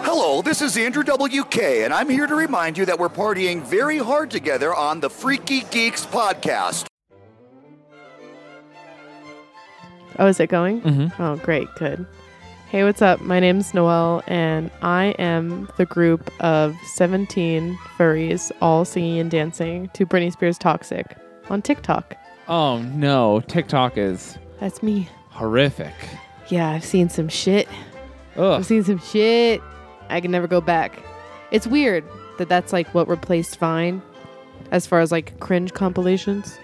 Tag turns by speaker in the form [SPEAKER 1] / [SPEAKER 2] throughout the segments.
[SPEAKER 1] Hello, this is Andrew WK, and I'm here to remind you that we're partying very hard together on the Freaky Geeks podcast.
[SPEAKER 2] Oh, is it going?
[SPEAKER 3] Mhm.
[SPEAKER 2] Oh, great. Good. Hey, what's up? My name's Noelle, and I am the group of 17 furries all singing and dancing to Britney Spears Toxic on TikTok.
[SPEAKER 3] Oh no, TikTok is
[SPEAKER 2] That's me.
[SPEAKER 3] horrific.
[SPEAKER 2] Yeah, I've seen some shit. I've
[SPEAKER 3] Ugh.
[SPEAKER 2] seen some shit. I can never go back. It's weird that that's like what replaced Vine as far as like cringe compilations.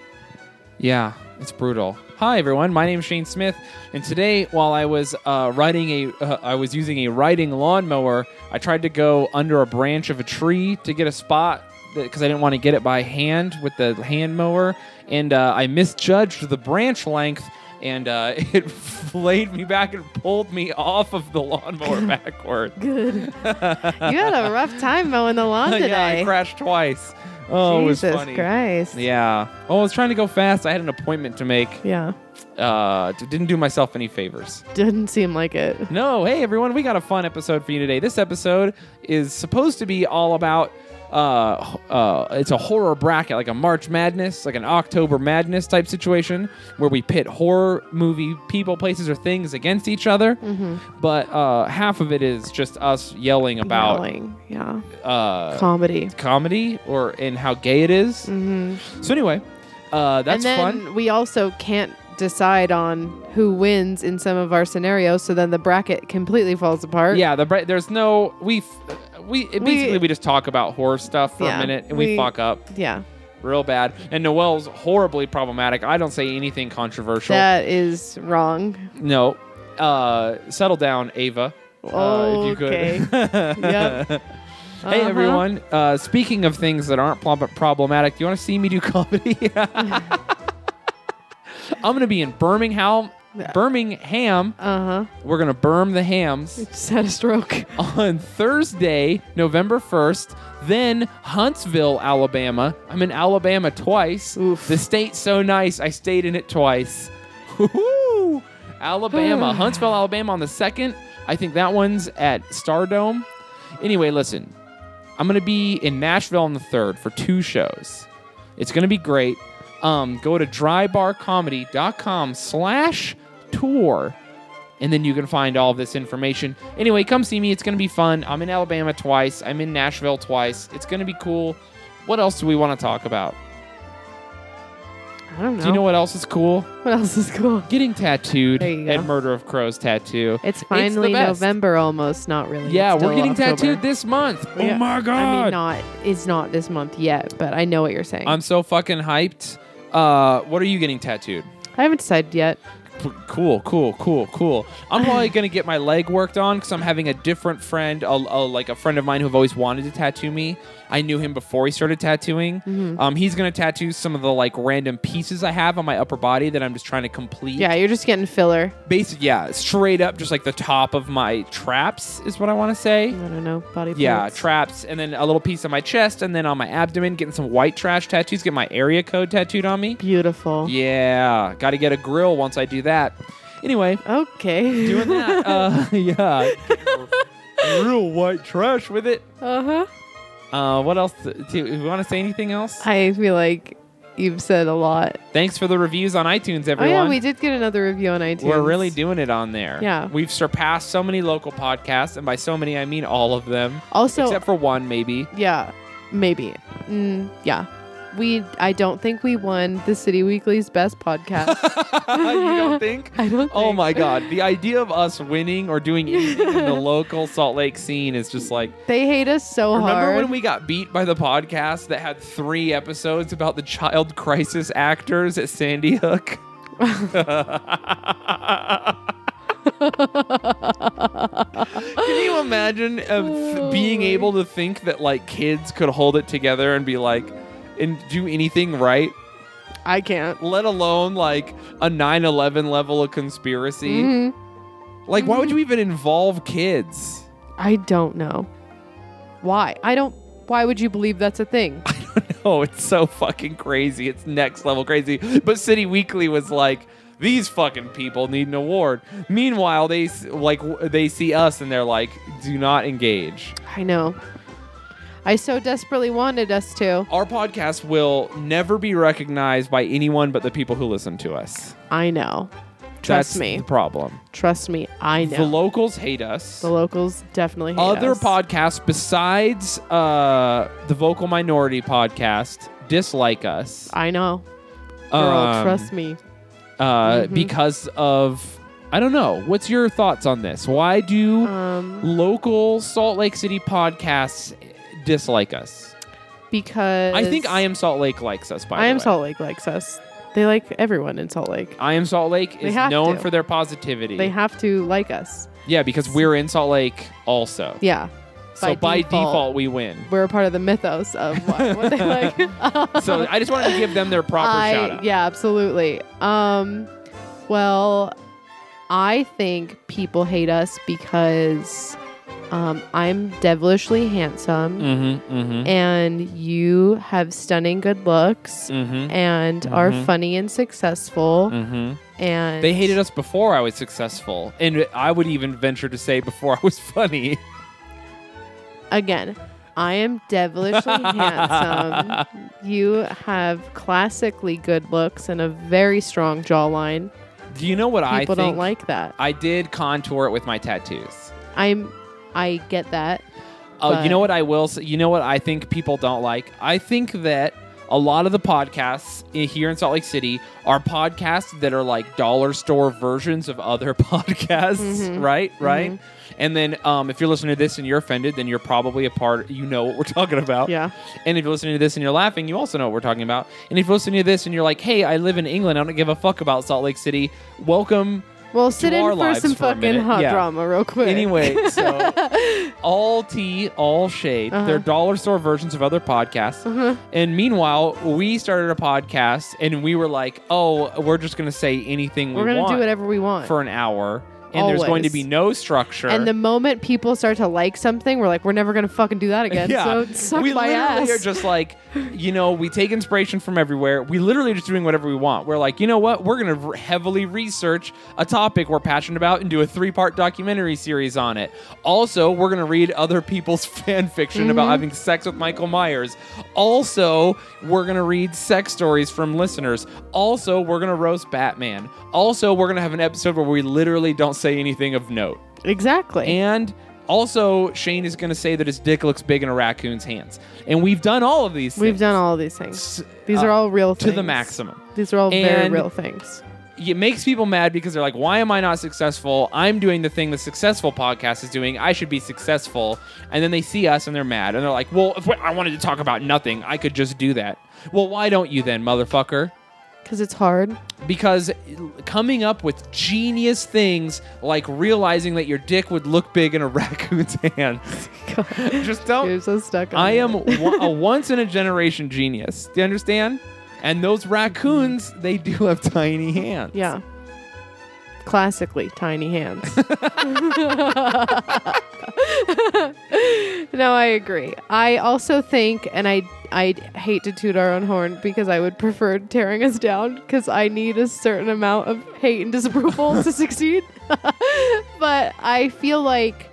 [SPEAKER 3] Yeah, it's brutal. Hi everyone, my name's Shane Smith, and today while I was uh, riding a, uh, I was using a riding lawnmower. I tried to go under a branch of a tree to get a spot because I didn't want to get it by hand with the hand mower, and uh, I misjudged the branch length, and uh, it flayed me back and pulled me off of the lawnmower backward.
[SPEAKER 2] Good. you had a rough time mowing the lawn today.
[SPEAKER 3] yeah, I crashed twice. Oh, it
[SPEAKER 2] Jesus
[SPEAKER 3] was funny.
[SPEAKER 2] Christ.
[SPEAKER 3] Yeah. Oh, I was trying to go fast. I had an appointment to make.
[SPEAKER 2] Yeah.
[SPEAKER 3] Uh, d- didn't do myself any favors.
[SPEAKER 2] Didn't seem like it.
[SPEAKER 3] No. Hey, everyone. We got a fun episode for you today. This episode is supposed to be all about. Uh, h- uh, it's a horror bracket, like a March Madness, like an October Madness type situation, where we pit horror movie people, places, or things against each other.
[SPEAKER 2] Mm-hmm.
[SPEAKER 3] But uh, half of it is just us yelling about
[SPEAKER 2] Yelling. Yeah.
[SPEAKER 3] Uh,
[SPEAKER 2] Comedy.
[SPEAKER 3] comedy or and how gay it is. So anyway, uh, that's
[SPEAKER 2] Mm-hmm. and then
[SPEAKER 3] fun.
[SPEAKER 2] we also can't decide on who wins in some of our scenarios, so then the bracket completely falls apart.
[SPEAKER 3] Yeah, the bra- there's no we f- we it basically we just talk about horror stuff for
[SPEAKER 2] Yeah,
[SPEAKER 3] a minute and we,
[SPEAKER 2] we-
[SPEAKER 3] fuck up
[SPEAKER 2] Yeah.
[SPEAKER 3] real bad. And Noelle's horribly problematic. I don't say anything controversial.
[SPEAKER 2] That is wrong.
[SPEAKER 3] no, uh, settle down, Ava. Uh, if you could.
[SPEAKER 2] Okay. Yep.
[SPEAKER 3] Hey
[SPEAKER 2] Uh-huh.
[SPEAKER 3] everyone! Uh, speaking of things that aren't pl- problematic, do you want to see me do comedy? I'm gonna be in Birmingham. Birmingham.
[SPEAKER 2] Uh huh.
[SPEAKER 3] We're gonna berm the hams
[SPEAKER 2] Just had a stroke.
[SPEAKER 3] on Thursday, November first. Then Huntsville, Alabama. I'm in Alabama twice.
[SPEAKER 2] Oof.
[SPEAKER 3] The state's so nice. I stayed in it twice. Woo-hoo! Alabama, Huntsville, Alabama on the second. I think that one's at Stardome. Anyway, listen. I'm gonna be in Nashville on the third for two shows. It's gonna be great. Um, go to drybarcomedy.com slash tour and then you can find all this information. Anyway, come see me. It's going to be fun. I'm in Alabama twice. I'm in Nashville twice. It's going to be cool. What else do we want to talk about?
[SPEAKER 2] I don't know.
[SPEAKER 3] Do you know what else is cool?
[SPEAKER 2] what else is cool?
[SPEAKER 3] Getting tattooed
[SPEAKER 2] There you go.
[SPEAKER 3] at Murder of Crows tattoo.
[SPEAKER 2] It's
[SPEAKER 3] the
[SPEAKER 2] finally
[SPEAKER 3] best.
[SPEAKER 2] November almost, not really.
[SPEAKER 3] Yeah,
[SPEAKER 2] It's
[SPEAKER 3] we're
[SPEAKER 2] still
[SPEAKER 3] getting
[SPEAKER 2] October.
[SPEAKER 3] tattooed this month.
[SPEAKER 2] Yeah.
[SPEAKER 3] Oh my god.
[SPEAKER 2] I mean, not it's not this month yet, but I know what you're saying.
[SPEAKER 3] I'm so fucking hyped. Uh, what are you getting tattooed?
[SPEAKER 2] I haven't decided yet.
[SPEAKER 3] P- Cool, cool, cool, cool. I'm probably gonna get my leg worked on because I'm having a different friend, a, a- like a friend of mine who've always wanted to tattoo me. I knew him before he started tattooing.
[SPEAKER 2] Mm-hmm.
[SPEAKER 3] Um, he's gonna tattoo some of the like random pieces I have on my upper body that I'm just trying to complete.
[SPEAKER 2] Yeah, you're just getting filler.
[SPEAKER 3] basic. Yeah, straight up, just like the top of my traps is what I want to say.
[SPEAKER 2] I don't know, body
[SPEAKER 3] Yeah,
[SPEAKER 2] parts.
[SPEAKER 3] traps, and then a little piece on my chest, and then on my abdomen, getting some white trash tattoos. Get my area code tattooed on me.
[SPEAKER 2] Beautiful.
[SPEAKER 3] Yeah, got to get a grill once I do that. Anyway,
[SPEAKER 2] Okay.
[SPEAKER 3] doing that. Uh, yeah. Real white trash with it.
[SPEAKER 2] Uh huh.
[SPEAKER 3] Uh, what else? Do you want to say anything else?
[SPEAKER 2] I feel like you've said a lot.
[SPEAKER 3] Thanks for the reviews on iTunes,
[SPEAKER 2] Oh
[SPEAKER 3] everyone.
[SPEAKER 2] yeah, we did get another review on iTunes.
[SPEAKER 3] are really doing it on there.
[SPEAKER 2] Yeah.
[SPEAKER 3] We've surpassed so many local podcasts, and by so many, I mean all of them,
[SPEAKER 2] Also,
[SPEAKER 3] except for one, maybe.
[SPEAKER 2] yeah, maybe. Mm, yeah, we. I don't think we won the City Weekly's best podcast.
[SPEAKER 3] you don't think?
[SPEAKER 2] I don't.
[SPEAKER 3] Oh
[SPEAKER 2] think.
[SPEAKER 3] my God. The idea of us winning or doing anything in the local Salt Lake scene is just like.
[SPEAKER 2] They hate us so hard.
[SPEAKER 3] Remember when we got beat by the podcast that had three episodes about the child crisis actors at Sandy Hook? Can you imagine uh, th- being able to think that like kids could hold it together and be like and do anything right,
[SPEAKER 2] I can't.
[SPEAKER 3] let alone like a 9/11 level of conspiracy?
[SPEAKER 2] Mhm.
[SPEAKER 3] Like why would you even involve kids?
[SPEAKER 2] I don't know. Why? I don't. Why would you believe that's a thing?
[SPEAKER 3] Oh, it's so fucking crazy. It's next level crazy. But City Weekly was like, these fucking people need an award. Meanwhile, they s- like w- they see us and they're like, do not engage.
[SPEAKER 2] I know. I so desperately wanted us to.
[SPEAKER 3] Our podcast will never be recognized by anyone but the people who listen to us.
[SPEAKER 2] I know. Trust
[SPEAKER 3] That's
[SPEAKER 2] me.
[SPEAKER 3] the problem.
[SPEAKER 2] Trust me. I know.
[SPEAKER 3] The locals hate us.
[SPEAKER 2] the locals definitely hate
[SPEAKER 3] Other
[SPEAKER 2] us.
[SPEAKER 3] podcasts besides uh, the Vocal Minority podcast dislike us.
[SPEAKER 2] I know. Girl,
[SPEAKER 3] Um,
[SPEAKER 2] trust me.
[SPEAKER 3] uh,
[SPEAKER 2] Mm-hmm.
[SPEAKER 3] because of I don't know. What's your thoughts on this? Why do
[SPEAKER 2] Um,
[SPEAKER 3] local Salt Lake City podcasts dislike us?
[SPEAKER 2] because
[SPEAKER 3] I think I am Salt Lake likes us. By
[SPEAKER 2] I
[SPEAKER 3] the
[SPEAKER 2] am
[SPEAKER 3] way.
[SPEAKER 2] Salt Lake likes us. They like everyone in Salt Lake.
[SPEAKER 3] I am Salt Lake
[SPEAKER 2] They
[SPEAKER 3] is
[SPEAKER 2] have
[SPEAKER 3] known
[SPEAKER 2] to.
[SPEAKER 3] for their positivity.
[SPEAKER 2] They have to like us.
[SPEAKER 3] yeah, because we're in Salt Lake also.
[SPEAKER 2] Yeah.
[SPEAKER 3] so by default, we win.
[SPEAKER 2] we're a part of the mythos of what, what they like.
[SPEAKER 3] So I just wanted to give them their proper
[SPEAKER 2] I-
[SPEAKER 3] shout out.
[SPEAKER 2] Yeah, absolutely. Um, well, I think people hate us because um, I'm devilishly handsome
[SPEAKER 3] Mm-hmm. Mm-hmm.
[SPEAKER 2] and you have stunning good looks
[SPEAKER 3] Mm-hmm.
[SPEAKER 2] and are
[SPEAKER 3] Mhm.
[SPEAKER 2] funny and successful
[SPEAKER 3] Mm-hmm.
[SPEAKER 2] and
[SPEAKER 3] They hated us before I was successful, and I would even venture to say before I was funny.
[SPEAKER 2] again. I am devilishly handsome. You have classically good looks and a very strong jawline.
[SPEAKER 3] Do you know what I
[SPEAKER 2] People
[SPEAKER 3] think?
[SPEAKER 2] don't like that.
[SPEAKER 3] I did contour it with my tattoos.
[SPEAKER 2] I'm I get that.
[SPEAKER 3] Oh, you
[SPEAKER 2] But-
[SPEAKER 3] know what I will say? You know what I think people don't like? I think that a lot of the podcasts i- here in Salt Lake City are podcasts that are like dollar store versions of other podcasts,
[SPEAKER 2] Mhm.
[SPEAKER 3] right? Right?
[SPEAKER 2] Mm-hmm.
[SPEAKER 3] And then um, if you're listening to this and you're offended, then you're probably a part, you know what we're talking about.
[SPEAKER 2] Yeah.
[SPEAKER 3] And if you're listening to this and you're laughing, you also know what we're talking about. And if you're listening to this and you're like, hey, I live in England, I don't give a fuck about Salt Lake City, welcome
[SPEAKER 2] Well, sit
[SPEAKER 3] our
[SPEAKER 2] in for
[SPEAKER 3] lives
[SPEAKER 2] some
[SPEAKER 3] for a
[SPEAKER 2] fucking
[SPEAKER 3] minute.
[SPEAKER 2] hot
[SPEAKER 3] Yeah.
[SPEAKER 2] drama real quick.
[SPEAKER 3] Anyway, so all tea, all shade.
[SPEAKER 2] Uh-huh.
[SPEAKER 3] They're dollar store versions of other podcasts. And meanwhile, we started a podcast and we were like, oh, we're just going to say anything
[SPEAKER 2] we're
[SPEAKER 3] we
[SPEAKER 2] gonna
[SPEAKER 3] want
[SPEAKER 2] do whatever we want.
[SPEAKER 3] for an hour. And there's going to
[SPEAKER 2] Always.
[SPEAKER 3] be no structure.
[SPEAKER 2] and the moment people start to like something, we're like, we're never gonna fucking do that again. So suck
[SPEAKER 3] we
[SPEAKER 2] my
[SPEAKER 3] literally
[SPEAKER 2] ass.
[SPEAKER 3] are just like, you know, we take inspiration from everywhere. We literally just doing whatever we want. We're like, you know what? We're gonna re- heavily research a topic we're passionate about and do a three-part documentary series on it. Also, we're gonna read other people's fan fiction
[SPEAKER 2] Mm-hmm.
[SPEAKER 3] about having sex with Michael Myers. Also, we're gonna read sex stories from listeners. Also, we're gonna roast Batman. Also, we're gonna have an episode where we literally don't say anything of note.
[SPEAKER 2] exactly.
[SPEAKER 3] And also, Shane is going to say that his dick looks big in a raccoon's hands. And we've done all of these
[SPEAKER 2] We've
[SPEAKER 3] things
[SPEAKER 2] done all these things.
[SPEAKER 3] S-
[SPEAKER 2] These
[SPEAKER 3] uh,
[SPEAKER 2] are all real
[SPEAKER 3] to
[SPEAKER 2] things.
[SPEAKER 3] the maximum.
[SPEAKER 2] These are all very
[SPEAKER 3] And-
[SPEAKER 2] real things.
[SPEAKER 3] It makes people mad because they're like, why am I not successful? I'm doing the thing the successful podcast is doing. I should be successful. And then they see us and they're mad. And they're like, well, if I wanted to talk about nothing, I could just do that. Well, why don't you then, motherfucker?
[SPEAKER 2] Because it's hard.
[SPEAKER 3] because coming up with genius things like realizing that your dick would look big in a raccoon's hand just don't
[SPEAKER 2] You're so stuck. On
[SPEAKER 3] I am
[SPEAKER 2] it.
[SPEAKER 3] one, a once in a generation genius. Do you understand? And those raccoons, they do have tiny hands.
[SPEAKER 2] Yeah. Classically, tiny hands. no, I agree. I also think, and I I hate to toot our own horn because I would prefer tearing us down because I need a certain amount of hate and disapproval to succeed. but I feel like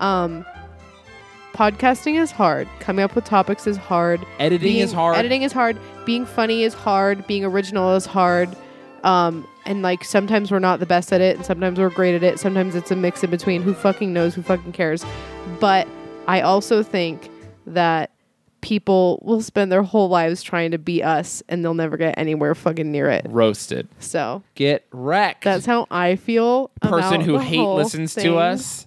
[SPEAKER 2] um, podcasting is hard. Coming up with topics is hard.
[SPEAKER 3] Editing
[SPEAKER 2] Being-
[SPEAKER 3] is hard.
[SPEAKER 2] Editing is hard. Being funny is hard. Being original is hard. Um, and like sometimes we're not the best at it, and sometimes we're great at it. Sometimes it's a mix in between. Who fucking knows? Who fucking cares? But I also think that people will spend their whole lives trying to be us, and they'll never get anywhere fucking near it.
[SPEAKER 3] Roasted.
[SPEAKER 2] So
[SPEAKER 3] Get wrecked.
[SPEAKER 2] that's how I feel.
[SPEAKER 3] person
[SPEAKER 2] about
[SPEAKER 3] who
[SPEAKER 2] the
[SPEAKER 3] hate
[SPEAKER 2] whole
[SPEAKER 3] listens
[SPEAKER 2] thing.
[SPEAKER 3] to us.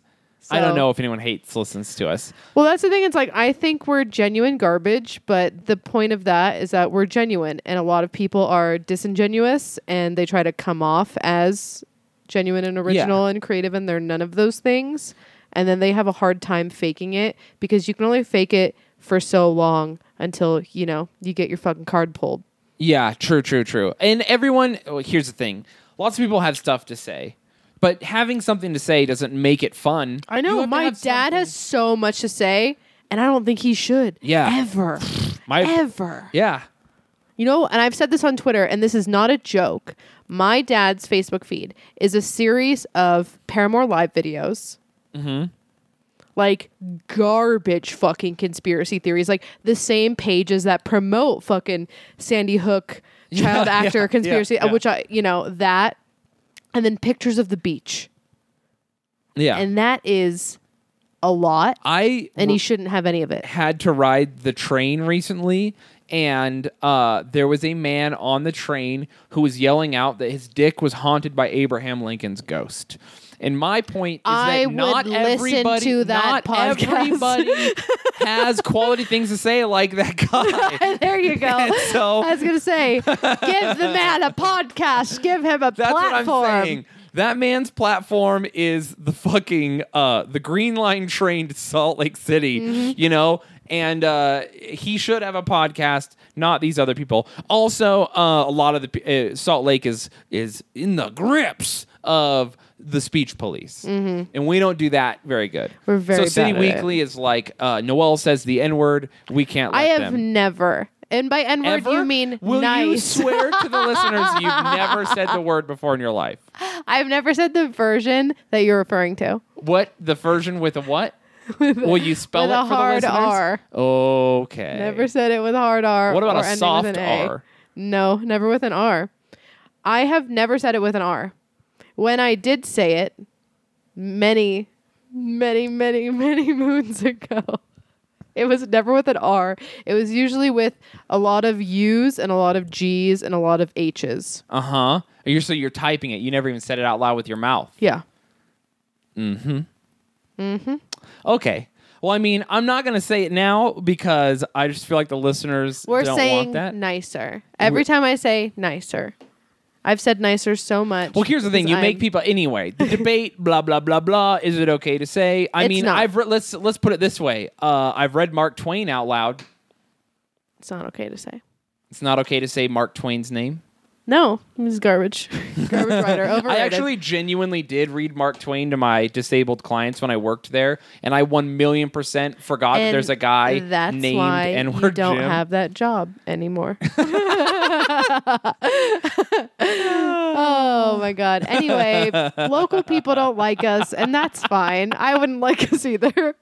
[SPEAKER 3] I don't
[SPEAKER 2] So-
[SPEAKER 3] know if anyone hates listens to us.
[SPEAKER 2] Well, that's the thing. It's like I think we're genuine garbage, but the point of that is that we're genuine, and a lot of people are disingenuous, and they try to come off as genuine and original and creative, and they're none of those things. And then they have a hard time faking it because you can only fake it for so long until you know you get your fucking card pulled.
[SPEAKER 3] Yeah, true, true, true. And everyone, well, here's the thing: lots of people have stuff to say, but having something to say doesn't make it fun.
[SPEAKER 2] I
[SPEAKER 3] You
[SPEAKER 2] know
[SPEAKER 3] have to
[SPEAKER 2] my dad
[SPEAKER 3] have something.
[SPEAKER 2] has so much to say, and I don't think he should.
[SPEAKER 3] Yeah.
[SPEAKER 2] ever,
[SPEAKER 3] My-
[SPEAKER 2] ever.
[SPEAKER 3] Yeah,
[SPEAKER 2] You know, and I've said this on Twitter, and this is not a joke, My dad's Facebook feed is a series of Paramore live videos.
[SPEAKER 3] Mm-hmm.
[SPEAKER 2] Like garbage fucking conspiracy theories, like the same pages that promote fucking Sandy Hook child
[SPEAKER 3] yeah,
[SPEAKER 2] actor
[SPEAKER 3] yeah,
[SPEAKER 2] conspiracy, uh,
[SPEAKER 3] yeah.
[SPEAKER 2] which I, you know, that, and then pictures of the beach.
[SPEAKER 3] Yeah.
[SPEAKER 2] And that is a lot,
[SPEAKER 3] I
[SPEAKER 2] and he shouldn't have any of it.
[SPEAKER 3] had to ride the train recently and uh, there was a man on the train who was yelling out that his dick was haunted by Abraham Lincoln's ghost. And my point is
[SPEAKER 2] I
[SPEAKER 3] that not
[SPEAKER 2] would listen
[SPEAKER 3] everybody,
[SPEAKER 2] to that
[SPEAKER 3] not
[SPEAKER 2] podcast.
[SPEAKER 3] everybody has quality things to say like that guy.
[SPEAKER 2] There you go.
[SPEAKER 3] And so-
[SPEAKER 2] I was gonna say, give the man a podcast. Give him a
[SPEAKER 3] That's
[SPEAKER 2] platform.
[SPEAKER 3] what I'm saying. That man's platform is the fucking uh, the Green Line train to Salt Lake City,
[SPEAKER 2] Mm-hmm.
[SPEAKER 3] you know, and uh, he should have a podcast, not these other people. Also, uh, a lot of the pe- uh, Salt Lake is is in the grips of the speech police, and we don't do that very good.
[SPEAKER 2] Mm-hmm. We're very
[SPEAKER 3] so
[SPEAKER 2] bad
[SPEAKER 3] City
[SPEAKER 2] at it.
[SPEAKER 3] Weekly is like uh, Noel says the N word. We can't. Let
[SPEAKER 2] I have
[SPEAKER 3] them.
[SPEAKER 2] never, and by N word
[SPEAKER 3] Ever?
[SPEAKER 2] you mean
[SPEAKER 3] Will you
[SPEAKER 2] nice.
[SPEAKER 3] swear to the listeners you've never said the word before in your life?
[SPEAKER 2] I've never said the version that you're referring to.
[SPEAKER 3] What the version with a what? Will you spell
[SPEAKER 2] with
[SPEAKER 3] it
[SPEAKER 2] a
[SPEAKER 3] for
[SPEAKER 2] hard
[SPEAKER 3] the listeners?
[SPEAKER 2] R.
[SPEAKER 3] Okay.
[SPEAKER 2] Never said it with a hard R.
[SPEAKER 3] What about
[SPEAKER 2] or
[SPEAKER 3] a
[SPEAKER 2] ended
[SPEAKER 3] soft
[SPEAKER 2] with an A.
[SPEAKER 3] R?
[SPEAKER 2] No, never with an R. I have never said it with an R. When I did say it, many, many, many, many moons ago, it was never with an R. It was usually with a lot of U's and a lot of G's and a lot of H's.
[SPEAKER 3] Uh huh. You're so you're typing it. You never even said it out loud with your mouth.
[SPEAKER 2] Yeah.
[SPEAKER 3] Okay. Well, I mean, I'm not gonna say it now because I just feel like the listeners
[SPEAKER 2] We're
[SPEAKER 3] don't
[SPEAKER 2] saying
[SPEAKER 3] want that.
[SPEAKER 2] nicer. Every time I say nicer, I've said nicer so much.
[SPEAKER 3] Well, here's the thing: you
[SPEAKER 2] because
[SPEAKER 3] make
[SPEAKER 2] I'm-
[SPEAKER 3] people anyway. The debate, blah blah blah blah. Is it okay to say? I
[SPEAKER 2] It's
[SPEAKER 3] mean,
[SPEAKER 2] not.
[SPEAKER 3] I've re- let's let's put it this way. Uh, I've read Mark Twain out loud.
[SPEAKER 2] It's not okay to say.
[SPEAKER 3] It's not okay to say Mark Twain's name.
[SPEAKER 2] No, he's garbage. garbage writer. Overrated.
[SPEAKER 3] I actually genuinely did read Mark Twain to my disabled clients when I worked there, and I one million percent forgot that
[SPEAKER 2] And
[SPEAKER 3] there's a guy
[SPEAKER 2] that's
[SPEAKER 3] named
[SPEAKER 2] why
[SPEAKER 3] and
[SPEAKER 2] you
[SPEAKER 3] we're
[SPEAKER 2] don't
[SPEAKER 3] Jim.
[SPEAKER 2] have that job anymore. oh my god. Anyway, local people don't like us, and that's fine. I wouldn't like us either.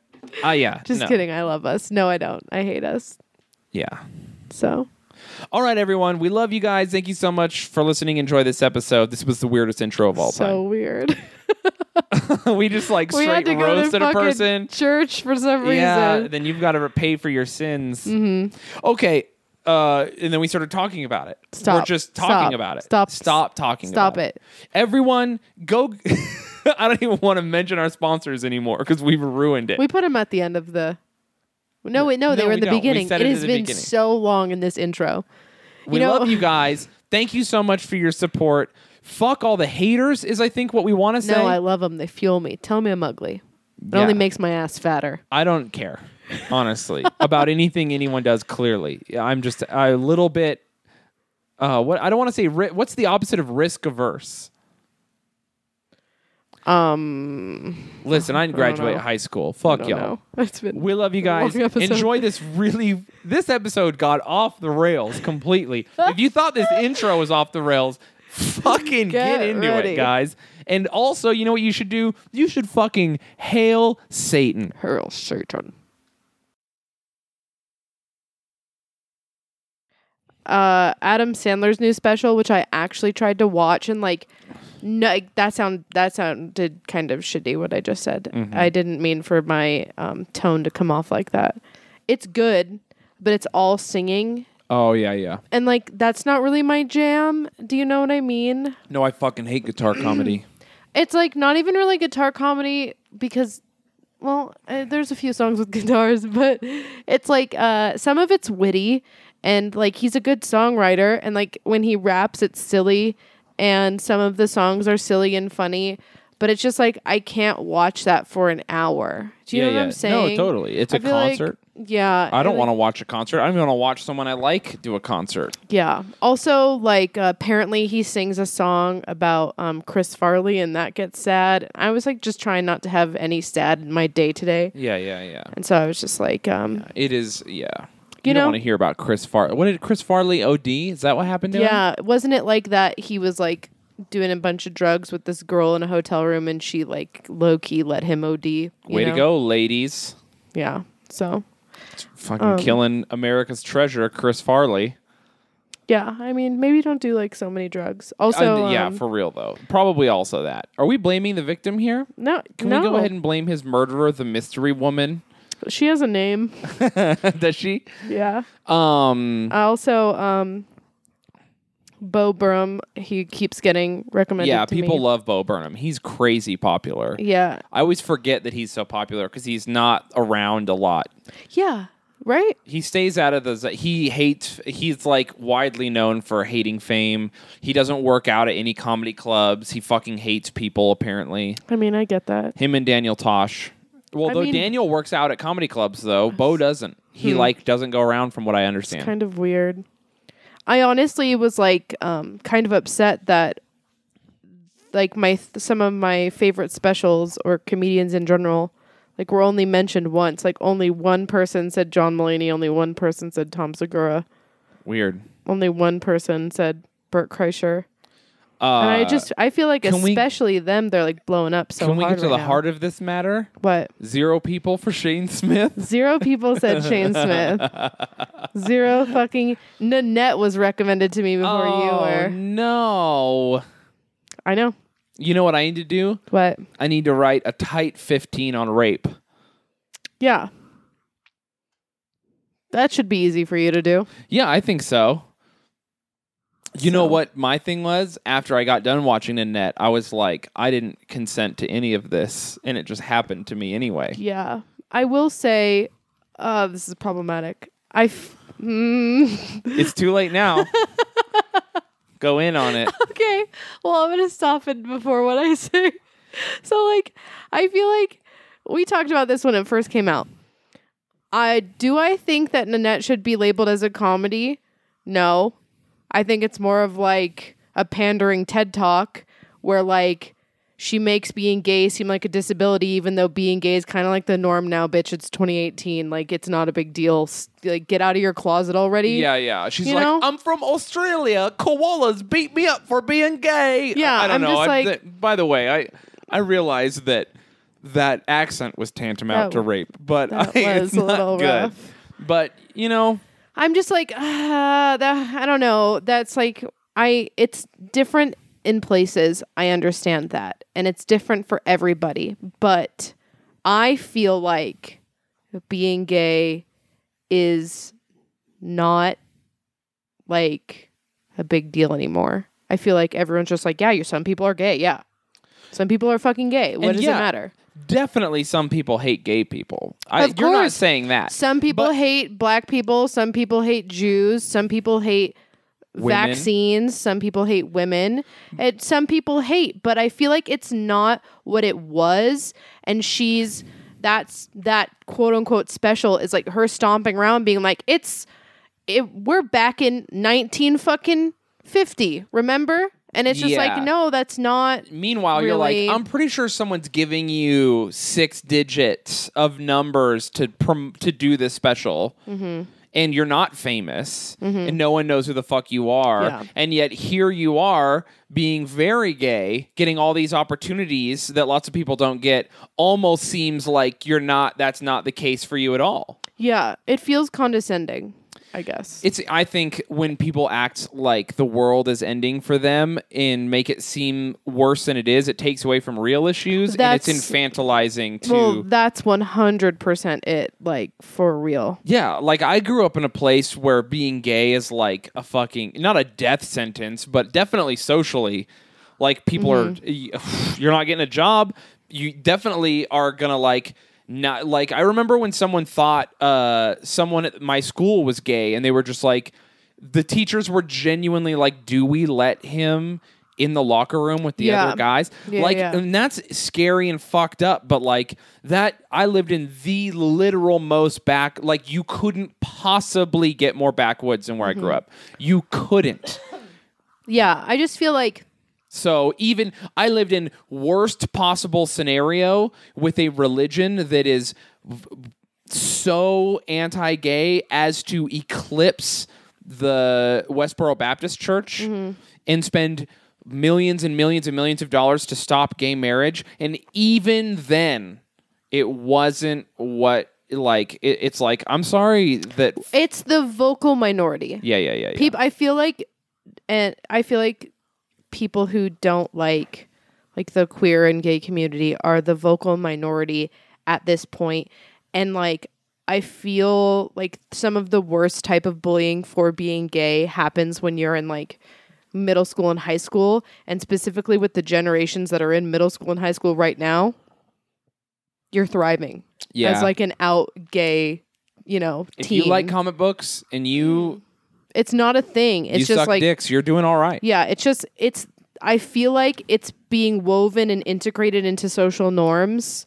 [SPEAKER 3] Ah, yeah,
[SPEAKER 2] Just
[SPEAKER 3] no.
[SPEAKER 2] kidding. I love us. No, I don't. I hate us.
[SPEAKER 3] Yeah.
[SPEAKER 2] So
[SPEAKER 3] All right, everyone. We love you guys. Thank you so much for listening. Enjoy this episode. This was the weirdest intro of all
[SPEAKER 2] so weird.
[SPEAKER 3] time. we just like
[SPEAKER 2] we had
[SPEAKER 3] straight
[SPEAKER 2] to go to
[SPEAKER 3] roasted a
[SPEAKER 2] fucking
[SPEAKER 3] person.
[SPEAKER 2] church for some reason.
[SPEAKER 3] Yeah. Then you've got to pay for your sins.
[SPEAKER 2] Mm-hmm.
[SPEAKER 3] Okay. Uh, and then we started talking about it.
[SPEAKER 2] Stop.
[SPEAKER 3] We're just talking
[SPEAKER 2] Stop.
[SPEAKER 3] about it.
[SPEAKER 2] Stop.
[SPEAKER 3] Stop talking
[SPEAKER 2] Stop
[SPEAKER 3] about
[SPEAKER 2] it.
[SPEAKER 3] Everyone, go. I don't even want to mention our sponsors anymore because we've ruined it.
[SPEAKER 2] We put them at the end of the. No, wait, no,
[SPEAKER 3] No,
[SPEAKER 2] they were in
[SPEAKER 3] we
[SPEAKER 2] the
[SPEAKER 3] don't. We
[SPEAKER 2] beginning.
[SPEAKER 3] said
[SPEAKER 2] it
[SPEAKER 3] it at
[SPEAKER 2] has
[SPEAKER 3] the
[SPEAKER 2] been
[SPEAKER 3] beginning.
[SPEAKER 2] so long in this intro.
[SPEAKER 3] We
[SPEAKER 2] know-
[SPEAKER 3] love you guys. Thank you so much for your support. Fuck all the haters, is I think what we want to say.
[SPEAKER 2] No, I love them. They fuel me. Tell me I'm ugly. It
[SPEAKER 3] Yeah.
[SPEAKER 2] only makes my ass fatter.
[SPEAKER 3] I don't care, honestly, about anything anyone does. Clearly, I'm just a little bit. Uh, what I don't want to say. Ri- what's the opposite of risk averse? Um. Listen, I didn't graduate
[SPEAKER 2] know.
[SPEAKER 3] high school. Fuck
[SPEAKER 2] I
[SPEAKER 3] y'all.
[SPEAKER 2] don't know. It's been
[SPEAKER 3] We love you guys.
[SPEAKER 2] Long episode.
[SPEAKER 3] Enjoy this really this episode got off the rails completely. if you thought this intro was off the rails, fucking get,
[SPEAKER 2] Get
[SPEAKER 3] into
[SPEAKER 2] ready.
[SPEAKER 3] it, guys. And also, you know what you should do? You should fucking hail Satan.
[SPEAKER 2] Hail Satan. Uh, Adam Sandler's new special, which I actually tried to watch, and like, no, like, that sound that sounded kind of shitty. What I just said, I didn't mean for my um, tone to come off like that. It's good, but it's all singing,
[SPEAKER 3] Oh yeah, yeah.
[SPEAKER 2] and like that's not really my jam. Do you know what I mean?
[SPEAKER 3] No, I fucking hate guitar comedy.
[SPEAKER 2] it's like not even really guitar comedy because well uh, there's a few songs with guitars but it's like uh some of it's witty and like he's a good songwriter and like when he raps it's silly and some of the songs are silly and funny but it's just like I can't watch that for an hour. Do you
[SPEAKER 3] Yeah,
[SPEAKER 2] know what I'm
[SPEAKER 3] yeah. No,
[SPEAKER 2] saying?
[SPEAKER 3] totally. It's
[SPEAKER 2] a
[SPEAKER 3] a concert.
[SPEAKER 2] yeah.
[SPEAKER 3] I don't
[SPEAKER 2] like-
[SPEAKER 3] want to watch a concert. I'm going to watch someone I like do a concert.
[SPEAKER 2] yeah. Also, like uh, apparently he sings a song about um, Chris Farley, and that gets sad. I was like just trying not to have any sad in my day today,
[SPEAKER 3] Yeah, yeah, yeah.
[SPEAKER 2] and so I was just like, um,
[SPEAKER 3] It is. Yeah.
[SPEAKER 2] You
[SPEAKER 3] You,
[SPEAKER 2] know-
[SPEAKER 3] don't want to hear about Chris Farley. What did Chris Farley OD? Is that what happened to him?
[SPEAKER 2] yeah. wasn't it like that? He was like doing a bunch of drugs with this girl in a hotel room, and she like low key let him OD. you
[SPEAKER 3] Way
[SPEAKER 2] know?
[SPEAKER 3] to go, ladies.
[SPEAKER 2] Yeah. So
[SPEAKER 3] Fucking
[SPEAKER 2] Um,
[SPEAKER 3] killing America's treasure, Chris Farley.
[SPEAKER 2] yeah, I mean, maybe don't do like so many drugs. Also,
[SPEAKER 3] Uh, yeah,
[SPEAKER 2] um,
[SPEAKER 3] for real though. Probably also that. Are we blaming the victim here?
[SPEAKER 2] no,
[SPEAKER 3] Can
[SPEAKER 2] no,
[SPEAKER 3] we go ahead and blame his murderer, the mystery woman?
[SPEAKER 2] she has a name.
[SPEAKER 3] Does she?
[SPEAKER 2] yeah.
[SPEAKER 3] Um,
[SPEAKER 2] Also, um, Bo Burnham, he keeps getting recommended.
[SPEAKER 3] yeah,
[SPEAKER 2] to
[SPEAKER 3] people
[SPEAKER 2] me.
[SPEAKER 3] love Bo Burnham. He's crazy popular.
[SPEAKER 2] Yeah,
[SPEAKER 3] I always forget that he's so popular because he's not around a lot.
[SPEAKER 2] yeah, right.
[SPEAKER 3] He stays out of the. He hates. He's like widely known for hating fame. He doesn't work out at any comedy clubs. He fucking hates people. Apparently,
[SPEAKER 2] I mean, I get that.
[SPEAKER 3] him and Daniel Tosh. Well,
[SPEAKER 2] I
[SPEAKER 3] though
[SPEAKER 2] mean- Hmm.
[SPEAKER 3] Daniel works out at comedy clubs, though Bo doesn't. He like doesn't go around, from what I understand.
[SPEAKER 2] Kind of weird. I honestly was like, um, kind of upset that, like my some of my favorite specials or comedians in general, like were only mentioned once. Like only one person said John Mulaney. Only one person said Tom Segura.
[SPEAKER 3] Weird.
[SPEAKER 2] Only one person said Burt Kreischer.
[SPEAKER 3] Uh,
[SPEAKER 2] And I just I feel like
[SPEAKER 3] can we-
[SPEAKER 2] especially them they're like blowing up so
[SPEAKER 3] can we
[SPEAKER 2] hard
[SPEAKER 3] get to
[SPEAKER 2] right
[SPEAKER 3] the
[SPEAKER 2] now.
[SPEAKER 3] heart of this matter?
[SPEAKER 2] What
[SPEAKER 3] Zero people for Shane Smith.
[SPEAKER 2] zero people said Shane Smith. Zero fucking Nanette was recommended to me before you
[SPEAKER 3] oh
[SPEAKER 2] were.
[SPEAKER 3] no!
[SPEAKER 2] I know
[SPEAKER 3] You know what I need to do?
[SPEAKER 2] what.
[SPEAKER 3] I need to write a tight fifteen on rape.
[SPEAKER 2] Yeah, that should be easy for you to do.
[SPEAKER 3] Yeah, I think so. You know
[SPEAKER 2] So-
[SPEAKER 3] what my thing was? After I got done watching Annette, I was like, I didn't consent to any of this, and it just happened to me anyway.
[SPEAKER 2] Yeah, I will say, uh, this is problematic. I. F- mm.
[SPEAKER 3] It's too late now. Go in on it.
[SPEAKER 2] okay, well I'm gonna stop it before what I say. So like, I feel like we talked about this when it first came out. I do I think that Nanette should be labeled as a comedy? No. I think it's more of like a pandering TED talk where like she makes being gay seem like a disability even though being gay is kind of like the norm now bitch it's 2018 like it's not a big deal S- like get out of your closet already
[SPEAKER 3] Yeah, yeah. She's
[SPEAKER 2] You
[SPEAKER 3] like,
[SPEAKER 2] know?
[SPEAKER 3] I'm from Australia. Koalas beat me up for being gay.
[SPEAKER 2] Yeah,
[SPEAKER 3] I don't
[SPEAKER 2] I'm
[SPEAKER 3] know.
[SPEAKER 2] just
[SPEAKER 3] I,
[SPEAKER 2] like-
[SPEAKER 3] th- by the way, I I realized that that accent was tantamount
[SPEAKER 2] That-
[SPEAKER 3] to rape, but
[SPEAKER 2] that
[SPEAKER 3] I,
[SPEAKER 2] was
[SPEAKER 3] it's
[SPEAKER 2] a
[SPEAKER 3] not
[SPEAKER 2] little
[SPEAKER 3] good.
[SPEAKER 2] rough.
[SPEAKER 3] But you know,
[SPEAKER 2] I'm just like, uh, that, I don't know. That's like, I, it's different in places. I understand that. And it's different for everybody. But I feel like being gay is not like a big deal anymore. I feel like everyone's just like, yeah, you some people are gay. Yeah. Some people are fucking gay. What
[SPEAKER 3] And
[SPEAKER 2] does
[SPEAKER 3] yeah,
[SPEAKER 2] it matter?
[SPEAKER 3] definitely some people hate gay people. I,
[SPEAKER 2] Of
[SPEAKER 3] you're not
[SPEAKER 2] course.
[SPEAKER 3] saying that.
[SPEAKER 2] Some people
[SPEAKER 3] But-
[SPEAKER 2] hate black people. Some people hate Jews. Some people hate
[SPEAKER 3] Women.
[SPEAKER 2] vaccines. Some people hate women. It, some people hate, but I feel like it's not what it was. And she's that's that quote unquote special is like her stomping around being like, it's it, we're back in 19 fucking 50, remember? And it's just
[SPEAKER 3] Yeah.
[SPEAKER 2] like, no, that's not.
[SPEAKER 3] Meanwhile, you're
[SPEAKER 2] Really?
[SPEAKER 3] like, I'm pretty sure someone's giving you six digits of numbers to prom- to do this special,
[SPEAKER 2] Mm-hmm.
[SPEAKER 3] and you're not famous, and no one knows who the fuck you are,
[SPEAKER 2] Yeah.
[SPEAKER 3] and yet here you are being very gay, getting all these opportunities that lots of people don't get. Almost seems like you're not. That's not the case for you at all.
[SPEAKER 2] Yeah, it feels condescending, I guess.
[SPEAKER 3] It's I think when people act like the world is ending for them and make it seem worse than it is, it takes away from real issues
[SPEAKER 2] That's-
[SPEAKER 3] and it's infantilizing to
[SPEAKER 2] Well, that's 100% it, like for real.
[SPEAKER 3] Yeah, like I grew up in a place where being gay is like a fucking not a death sentence, but definitely socially like people are you're not getting a job, you definitely are going to like not like I remember when someone thought uh someone at my school was gay and they were just like the teachers were genuinely like, do we let him in the locker room with the
[SPEAKER 2] Yeah.
[SPEAKER 3] other guys?
[SPEAKER 2] Yeah,
[SPEAKER 3] like,
[SPEAKER 2] yeah.
[SPEAKER 3] and that's scary and fucked up. But like that, I lived in the literal most back. Like you couldn't possibly get more backwoods than where I grew
[SPEAKER 2] Mm-hmm.
[SPEAKER 3] up. You couldn't.
[SPEAKER 2] Yeah, I just feel like
[SPEAKER 3] So even I lived in worst possible scenario with a religion that is v- so anti-gay as to
[SPEAKER 2] Mm-hmm.
[SPEAKER 3] eclipse the Westboro Baptist Church and spend millions and millions and millions of dollars to stop gay marriage, and even then, it wasn't what like it, it's like. I'm sorry that
[SPEAKER 2] It's the vocal minority.
[SPEAKER 3] yeah yeah yeah yeah.
[SPEAKER 2] Peop I feel like, and I feel like people who don't like, like the queer and gay community are the vocal minority at this point, and like I feel like some of the worst type of bullying for being gay happens when you're in like middle school and high school, and specifically with the generations that are in middle school and high school right now. You're thriving
[SPEAKER 3] yeah.
[SPEAKER 2] as like an out gay, you know,
[SPEAKER 3] if
[SPEAKER 2] teen.
[SPEAKER 3] you like comic books and you
[SPEAKER 2] it's not a thing. Mm-hmm. It's
[SPEAKER 3] you
[SPEAKER 2] just
[SPEAKER 3] suck
[SPEAKER 2] like
[SPEAKER 3] dicks, you're doing all right.
[SPEAKER 2] yeah, it's just it's I feel like it's being woven and integrated into social norms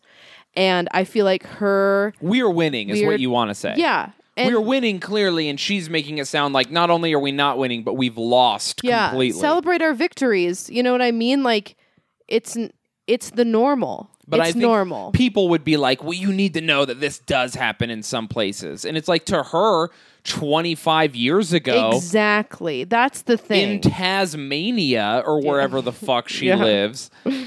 [SPEAKER 2] and I feel like her
[SPEAKER 3] We're winning is what
[SPEAKER 2] Weird-
[SPEAKER 3] you want to say.
[SPEAKER 2] yeah, and
[SPEAKER 3] we're winning clearly, and she's making it sound like not only are we not winning, but we've lost
[SPEAKER 2] yeah,
[SPEAKER 3] completely.
[SPEAKER 2] celebrate our victories. You know what I mean? Like it's n- it's the normal.
[SPEAKER 3] but
[SPEAKER 2] it's
[SPEAKER 3] I think
[SPEAKER 2] normal.
[SPEAKER 3] people would be like, "Well, you need to know that this does happen in some places," and it's like to her, twenty five years ago.
[SPEAKER 2] Exactly. That's the thing.
[SPEAKER 3] In Tasmania or wherever the fuck she
[SPEAKER 2] Yeah.
[SPEAKER 3] lives,
[SPEAKER 2] so
[SPEAKER 3] you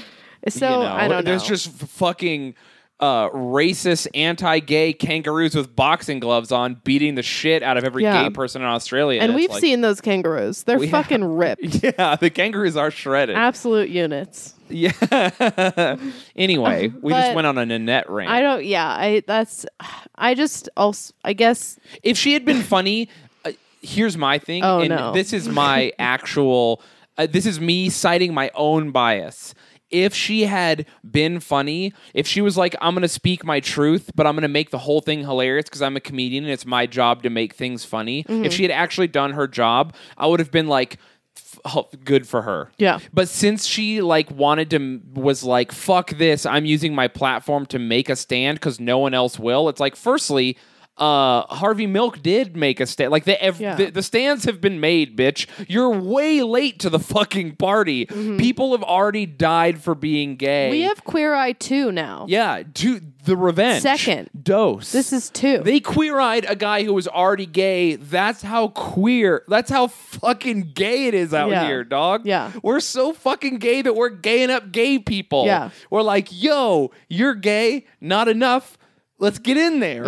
[SPEAKER 3] know,
[SPEAKER 2] I don't know.
[SPEAKER 3] there's just f- fucking uh, racist anti-gay kangaroos with boxing gloves on beating the shit out of every
[SPEAKER 2] Yeah.
[SPEAKER 3] gay person in Australia.
[SPEAKER 2] and
[SPEAKER 3] It's
[SPEAKER 2] we've
[SPEAKER 3] like-
[SPEAKER 2] seen those kangaroos. They're
[SPEAKER 3] We have-
[SPEAKER 2] fucking ripped.
[SPEAKER 3] yeah, the kangaroos are shredded.
[SPEAKER 2] Absolute units.
[SPEAKER 3] Yeah. anyway, we just
[SPEAKER 2] But-
[SPEAKER 3] went on a Nanette rant.
[SPEAKER 2] I don't. Yeah. I. That's. I just. Also. I guess.
[SPEAKER 3] if she had been funny, uh, here's my thing.
[SPEAKER 2] Oh,
[SPEAKER 3] and
[SPEAKER 2] no.
[SPEAKER 3] This is my actual. Uh, this is me citing my own bias. If she had been funny, if she was like, I'm going to speak my truth, but I'm going to make the whole thing hilarious because I'm a comedian and it's my job to make things funny.
[SPEAKER 2] Mm-hmm.
[SPEAKER 3] If she had actually done her job, I would have been like, f- h- good for her.
[SPEAKER 2] Yeah.
[SPEAKER 3] But since she like wanted to was like fuck this, I'm using my platform to make a stand cuz no one else will. It's like firstly, uh Harvey Milk did make a stand. Like the, ev-
[SPEAKER 2] Yeah.
[SPEAKER 3] the the stands have been made, bitch. You're way late to the fucking party. People have already died for being gay.
[SPEAKER 2] Mm-hmm. We have Queer Eye two now.
[SPEAKER 3] yeah, dude, the revenge.
[SPEAKER 2] Second.
[SPEAKER 3] dose.
[SPEAKER 2] This is two.
[SPEAKER 3] They queer eyed a guy who was already gay. That's how queer. That's how fucking gay it is out
[SPEAKER 2] Yeah.
[SPEAKER 3] here, dog.
[SPEAKER 2] Yeah.
[SPEAKER 3] We're so fucking gay that we're gaying up gay people.
[SPEAKER 2] Yeah.
[SPEAKER 3] We're like, yo, you're gay. Not enough. Let's get in there.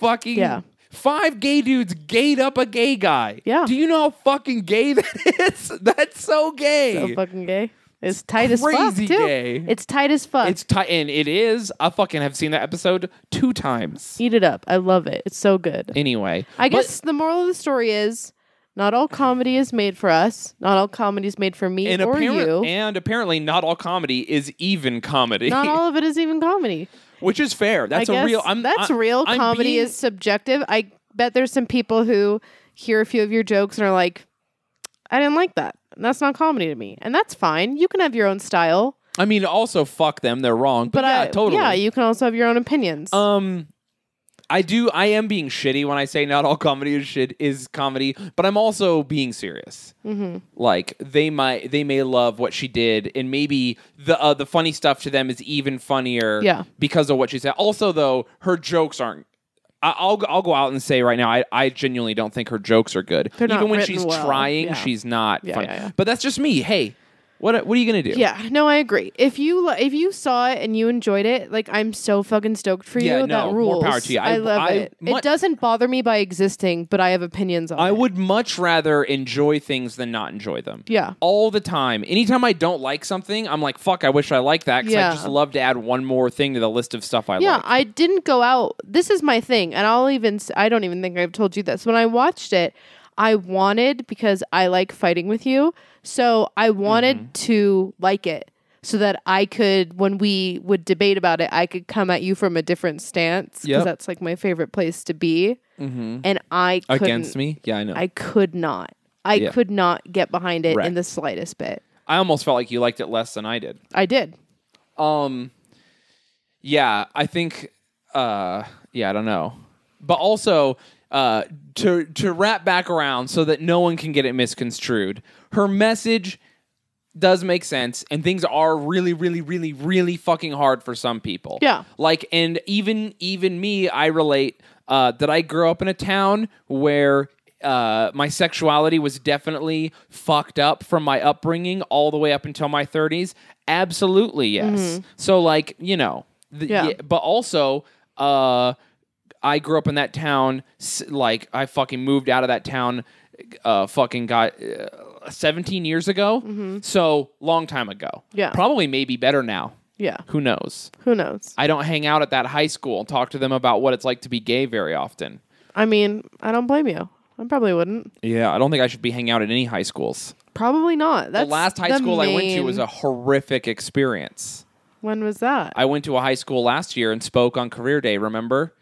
[SPEAKER 3] Fucking.
[SPEAKER 2] Mm-hmm. Yeah.
[SPEAKER 3] Five gay dudes gayed up a gay guy.
[SPEAKER 2] Yeah.
[SPEAKER 3] Do you know how fucking gay that is? That's so gay.
[SPEAKER 2] so fucking gay. It's tight as fuck
[SPEAKER 3] crazy
[SPEAKER 2] too.
[SPEAKER 3] gay.
[SPEAKER 2] It's tight as fuck.
[SPEAKER 3] it's tight, and it is. I fucking have seen that episode two times.
[SPEAKER 2] Eat it up. I love it. It's so good.
[SPEAKER 3] Anyway,
[SPEAKER 2] I
[SPEAKER 3] but-
[SPEAKER 2] guess the moral of the story is not all comedy is made for us. Not all comedy is made for me
[SPEAKER 3] and
[SPEAKER 2] or
[SPEAKER 3] apparent-
[SPEAKER 2] you.
[SPEAKER 3] and apparently not all comedy is even comedy
[SPEAKER 2] not all of it is even comedy.
[SPEAKER 3] which is fair that's
[SPEAKER 2] I
[SPEAKER 3] a
[SPEAKER 2] guess
[SPEAKER 3] real I'm,
[SPEAKER 2] that's
[SPEAKER 3] I-
[SPEAKER 2] real.
[SPEAKER 3] I'm
[SPEAKER 2] comedy
[SPEAKER 3] being-
[SPEAKER 2] is subjective. I bet there's some people who hear a few of your jokes and are like, I didn't like that. That's not comedy to me. And that's fine. You can have your own style.
[SPEAKER 3] i mean also fuck them they're wrong but,
[SPEAKER 2] But
[SPEAKER 3] yeah
[SPEAKER 2] I
[SPEAKER 3] totally
[SPEAKER 2] yeah, you can also have your own opinions.
[SPEAKER 3] um i do i am being shitty when i say not all comedy is shit is comedy but i'm also being serious
[SPEAKER 2] hmm
[SPEAKER 3] like they might they may love what she did and maybe the uh, the funny stuff to them is even funnier
[SPEAKER 2] Yeah.
[SPEAKER 3] because of what she said also though her jokes aren't I- I'll go- I'll go out and say right now I, I genuinely don't think her jokes are good.
[SPEAKER 2] They're not
[SPEAKER 3] Even when
[SPEAKER 2] written
[SPEAKER 3] she's
[SPEAKER 2] well.
[SPEAKER 3] trying,
[SPEAKER 2] Yeah.
[SPEAKER 3] she's not
[SPEAKER 2] Yeah,
[SPEAKER 3] funny.
[SPEAKER 2] yeah, yeah.
[SPEAKER 3] But that's just me. Hey, what what are you gonna do?
[SPEAKER 2] Yeah, no, I agree. If you li- if you saw it and you enjoyed it, like I'm so fucking stoked for
[SPEAKER 3] Yeah,
[SPEAKER 2] you.
[SPEAKER 3] no,
[SPEAKER 2] that
[SPEAKER 3] more
[SPEAKER 2] rules.
[SPEAKER 3] power to you. I-
[SPEAKER 2] I, love
[SPEAKER 3] I-
[SPEAKER 2] it.
[SPEAKER 3] my-
[SPEAKER 2] it doesn't bother me by existing, but I have opinions on
[SPEAKER 3] I
[SPEAKER 2] it.
[SPEAKER 3] would much rather enjoy things than not enjoy them.
[SPEAKER 2] Yeah.
[SPEAKER 3] All the time. Anytime I don't like something, I'm like, fuck, I wish I liked that because I
[SPEAKER 2] Yeah.
[SPEAKER 3] just love to add one more thing to the list of stuff I
[SPEAKER 2] Yeah,
[SPEAKER 3] like.
[SPEAKER 2] I didn't go out. This is my thing, and I'll even. s- I don't even think I've told you this. When I watched it, I wanted because I like fighting with you, so I wanted
[SPEAKER 3] Mm-hmm.
[SPEAKER 2] to like it so that I could, when we would debate about it, I could come at you from a different stance because
[SPEAKER 3] Yep. Mm-hmm.
[SPEAKER 2] that's like my favorite place to be. And I couldn't,
[SPEAKER 3] Against me? Yeah, I know.
[SPEAKER 2] I could not. I
[SPEAKER 3] Yeah.
[SPEAKER 2] could not get behind it
[SPEAKER 3] Right.
[SPEAKER 2] in the slightest bit.
[SPEAKER 3] I almost felt like you liked it less than I did.
[SPEAKER 2] I did.
[SPEAKER 3] Um yeah, I think uh yeah, I don't know. But also uh to to wrap back around so that no one can get it misconstrued. Her message does make sense and things are really really really really fucking hard for some people.
[SPEAKER 2] Yeah.
[SPEAKER 3] Like and even even me I relate uh that I grew up in a town where uh, my sexuality was definitely fucked up from my upbringing all the way up until my 30s? Absolutely, yes. So, like, you know, the,
[SPEAKER 2] Mm-hmm. Yeah.
[SPEAKER 3] yeah, but also, uh, I grew up in that town. s- Like, I fucking moved out of that town, uh, fucking got uh, 17 years ago. So, long time ago.
[SPEAKER 2] Mm-hmm. Yeah.
[SPEAKER 3] Probably maybe better now.
[SPEAKER 2] Yeah.
[SPEAKER 3] Who knows?
[SPEAKER 2] Who knows?
[SPEAKER 3] I don't hang out at that high school and talk to them about what it's like to be gay very often.
[SPEAKER 2] I mean, I don't blame you. I probably wouldn't.
[SPEAKER 3] Yeah, I don't think I should be hanging out at any high schools.
[SPEAKER 2] Probably not. That's
[SPEAKER 3] the last high
[SPEAKER 2] the
[SPEAKER 3] school I went to
[SPEAKER 2] main-
[SPEAKER 3] was a horrific experience.
[SPEAKER 2] When was that?
[SPEAKER 3] I went to a high school last year and spoke on career day, remember?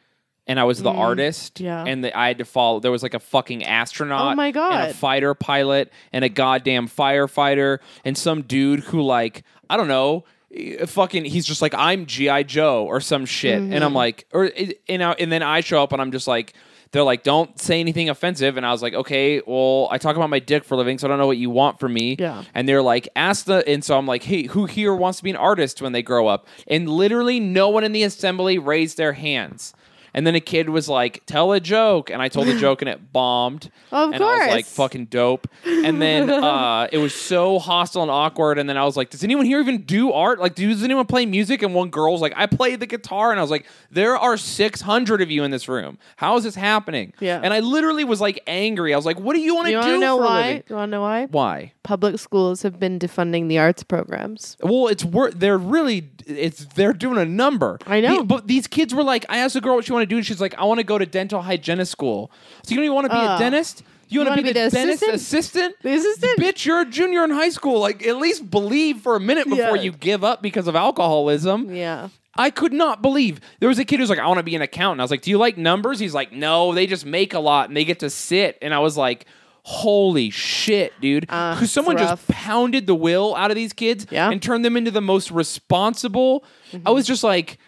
[SPEAKER 3] And I was the artist.
[SPEAKER 2] Mm, yeah.
[SPEAKER 3] And the, I had to follow. There was like a fucking astronaut.
[SPEAKER 2] Oh my
[SPEAKER 3] And a
[SPEAKER 2] God.
[SPEAKER 3] fighter pilot and a goddamn firefighter and some dude who, like, I don't know. eh, Fucking, he's just like I'm GI Joe or some shit, and
[SPEAKER 2] Mm-hmm.
[SPEAKER 3] I'm like, or it- and I, and then I show up and I'm just like, they're like, don't say anything offensive, and I was like, okay, well, I talk about my dick for a living, so I don't know what you want from me,
[SPEAKER 2] Yeah.
[SPEAKER 3] and they're like, ask the. And so I'm like, hey, who here wants to be an artist when they grow up? And literally no one in the assembly raised their hands. And then a kid was like, tell a joke. And I told a joke and it bombed.
[SPEAKER 2] Of
[SPEAKER 3] and I was like,
[SPEAKER 2] course.
[SPEAKER 3] fucking dope. And then uh, it was so hostile and awkward. And then I was like, does anyone here even do art? Like, does anyone play music? And one girl was like, I play the guitar. And I was like, there are 600 of you in this room. How is this happening?
[SPEAKER 2] Yeah.
[SPEAKER 3] And I literally was like angry. I was like, what do you want to
[SPEAKER 2] you want
[SPEAKER 3] do
[SPEAKER 2] to know
[SPEAKER 3] for
[SPEAKER 2] why?
[SPEAKER 3] a living?
[SPEAKER 2] You want to know why?
[SPEAKER 3] Why?
[SPEAKER 2] Public schools have been defunding the arts programs.
[SPEAKER 3] Well, it's wor- they're really it's they're doing a number.
[SPEAKER 2] I know.
[SPEAKER 3] The- but these kids were like, I asked a girl what she wanted to do, and she's like, I want to go to dental hygienist school. So you don't even want to be a
[SPEAKER 2] Uh,
[SPEAKER 3] dentist. You want to
[SPEAKER 2] wanna
[SPEAKER 3] be, the, dentist assistant?
[SPEAKER 2] The assistant?
[SPEAKER 3] Bitch, you're a junior in high school. Like, at least believe for a minute before
[SPEAKER 2] Yeah.
[SPEAKER 3] you give up because of alcoholism.
[SPEAKER 2] Yeah.
[SPEAKER 3] I could not believe there was a kid who was like, I want to be an accountant. I was like, Do you like numbers? He's like, No, they just make a lot and they get to sit. And I was like, Holy shit, dude.
[SPEAKER 2] Uh,
[SPEAKER 3] Because someone
[SPEAKER 2] it's
[SPEAKER 3] just
[SPEAKER 2] rough.
[SPEAKER 3] pounded the will out of these kids
[SPEAKER 2] Yeah. Mm-hmm.
[SPEAKER 3] and turned them into the most responsible. I was just like,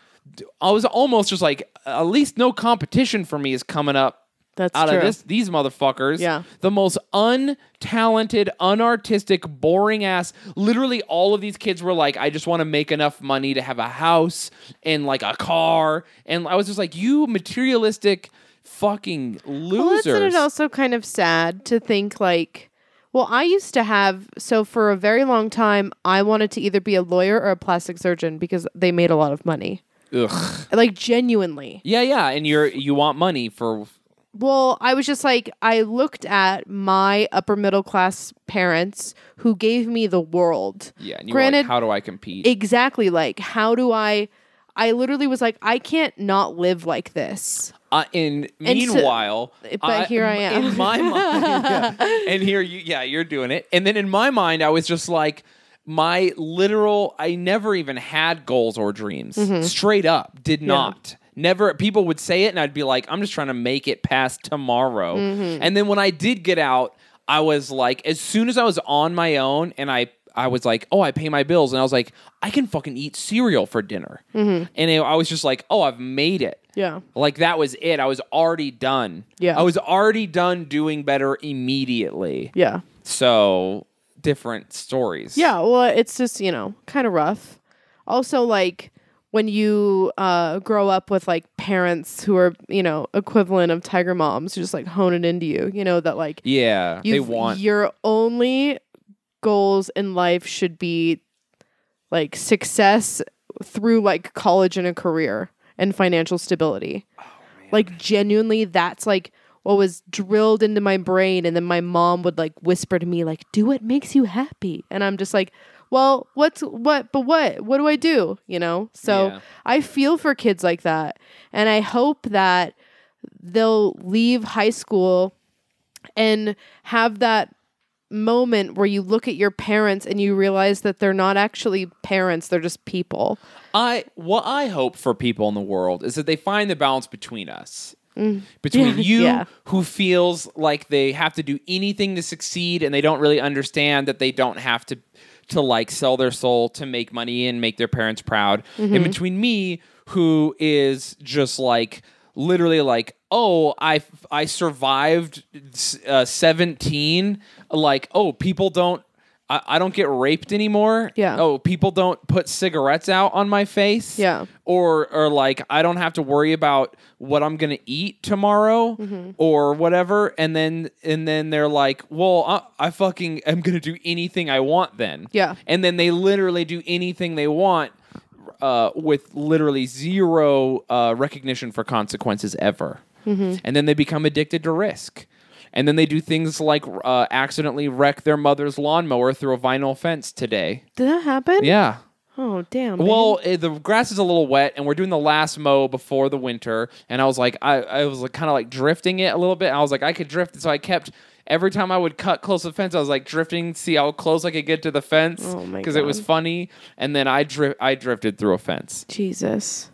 [SPEAKER 3] I was almost just like, at least no competition for me is coming up
[SPEAKER 2] That's
[SPEAKER 3] out
[SPEAKER 2] true.
[SPEAKER 3] of this these motherfuckers.
[SPEAKER 2] Yeah.
[SPEAKER 3] The most untalented, unartistic, boring ass. Literally all of these kids were like, I just want to make enough money to have a house and like a car. And I was just like, you materialistic fucking
[SPEAKER 2] Well, isn't
[SPEAKER 3] losers.
[SPEAKER 2] it also kind of sad to think like, well, I used to have so for a very long time I wanted to either be a lawyer or a plastic surgeon because they made a lot of money.
[SPEAKER 3] Ugh.
[SPEAKER 2] Like genuinely.
[SPEAKER 3] Yeah, yeah. And you're you want money for
[SPEAKER 2] Well, I was just like I looked at my upper middle class parents who gave me the world.
[SPEAKER 3] yeah, and you were like,
[SPEAKER 2] Granted,
[SPEAKER 3] how do I compete?
[SPEAKER 2] exactly like how do I I literally was like I can't not live like this.
[SPEAKER 3] Uh, and
[SPEAKER 2] And so-
[SPEAKER 3] meanwhile,
[SPEAKER 2] but here I am.
[SPEAKER 3] in my mind. yeah. And here you, yeah, you're doing it. And then in my mind, I was just like, my literal, I never even had goals or dreams.
[SPEAKER 2] Mm-hmm.
[SPEAKER 3] Straight up, did not. Never, people would say it, and I'd be like, I'm just trying to make it past tomorrow.
[SPEAKER 2] Mm-hmm.
[SPEAKER 3] And then when I did get out, I was like, as soon as I was on my own and I, I was like, oh, I pay my bills. And I was like, I can fucking eat cereal for dinner.
[SPEAKER 2] Mm-hmm.
[SPEAKER 3] And I was just like, oh, I've made it.
[SPEAKER 2] Yeah.
[SPEAKER 3] Like that was it. I was already done.
[SPEAKER 2] Yeah.
[SPEAKER 3] I was already done doing better immediately.
[SPEAKER 2] Yeah.
[SPEAKER 3] So different stories.
[SPEAKER 2] Yeah, well, it's just, you know, kind of rough. Also, like, when you uh, grow up with, like, parents who are, you know, equivalent of tiger moms who just, like, hone it into you, you know, that, like,
[SPEAKER 3] Yeah. They
[SPEAKER 2] you've-
[SPEAKER 3] want
[SPEAKER 2] your only goals in life should be, like, success through, like, college and a career and financial stability. like, genuinely, that's, like, what was drilled into my brain and then my mom would like whisper to me like do what makes you happy and i'm just like well what's what but what what do i do you know so
[SPEAKER 3] Yeah.
[SPEAKER 2] i feel for kids like that and i hope that they'll leave high school and have that moment where you look at your parents and you realize that they're not actually parents they're just people
[SPEAKER 3] I what I hope for people in the world is that they find the balance between us. Between you
[SPEAKER 2] Mm. Yeah.
[SPEAKER 3] who feels like they have to do anything to succeed and they don't really understand that they don't have to to like sell their soul to make money and make their parents proud.
[SPEAKER 2] Mm-hmm.
[SPEAKER 3] And between me who is just like literally like oh i i survived uh, 17 like oh people don't I, I don't get raped anymore.
[SPEAKER 2] Yeah.
[SPEAKER 3] Oh, people don't put cigarettes out on my face.
[SPEAKER 2] Yeah.
[SPEAKER 3] Or or like I don't have to worry about what I'm gonna eat tomorrow or whatever. And then and then they're like, well, I, I fucking am gonna do anything I want then.
[SPEAKER 2] Yeah.
[SPEAKER 3] And then they literally do anything they want. Uh, with literally zero uh, recognition for consequences ever, and then they become addicted to risk. And then they do things like uh, accidentally wreck their mother's lawnmower through a vinyl fence today.
[SPEAKER 2] Did that happen?
[SPEAKER 3] Yeah.
[SPEAKER 2] Oh damn. man.
[SPEAKER 3] Well, eh, the grass is a little wet, and we're doing the last mow before the winter. And I was like, I, I was like, kind of like drifting it a little bit. I was like, I could drift, it. so I kept. Every time I would cut close to the fence, I was like drifting, see how close I could get to the fence
[SPEAKER 2] Oh my
[SPEAKER 3] it was
[SPEAKER 2] God.
[SPEAKER 3] funny. And then I dri- I drifted through a fence.
[SPEAKER 2] Jesus.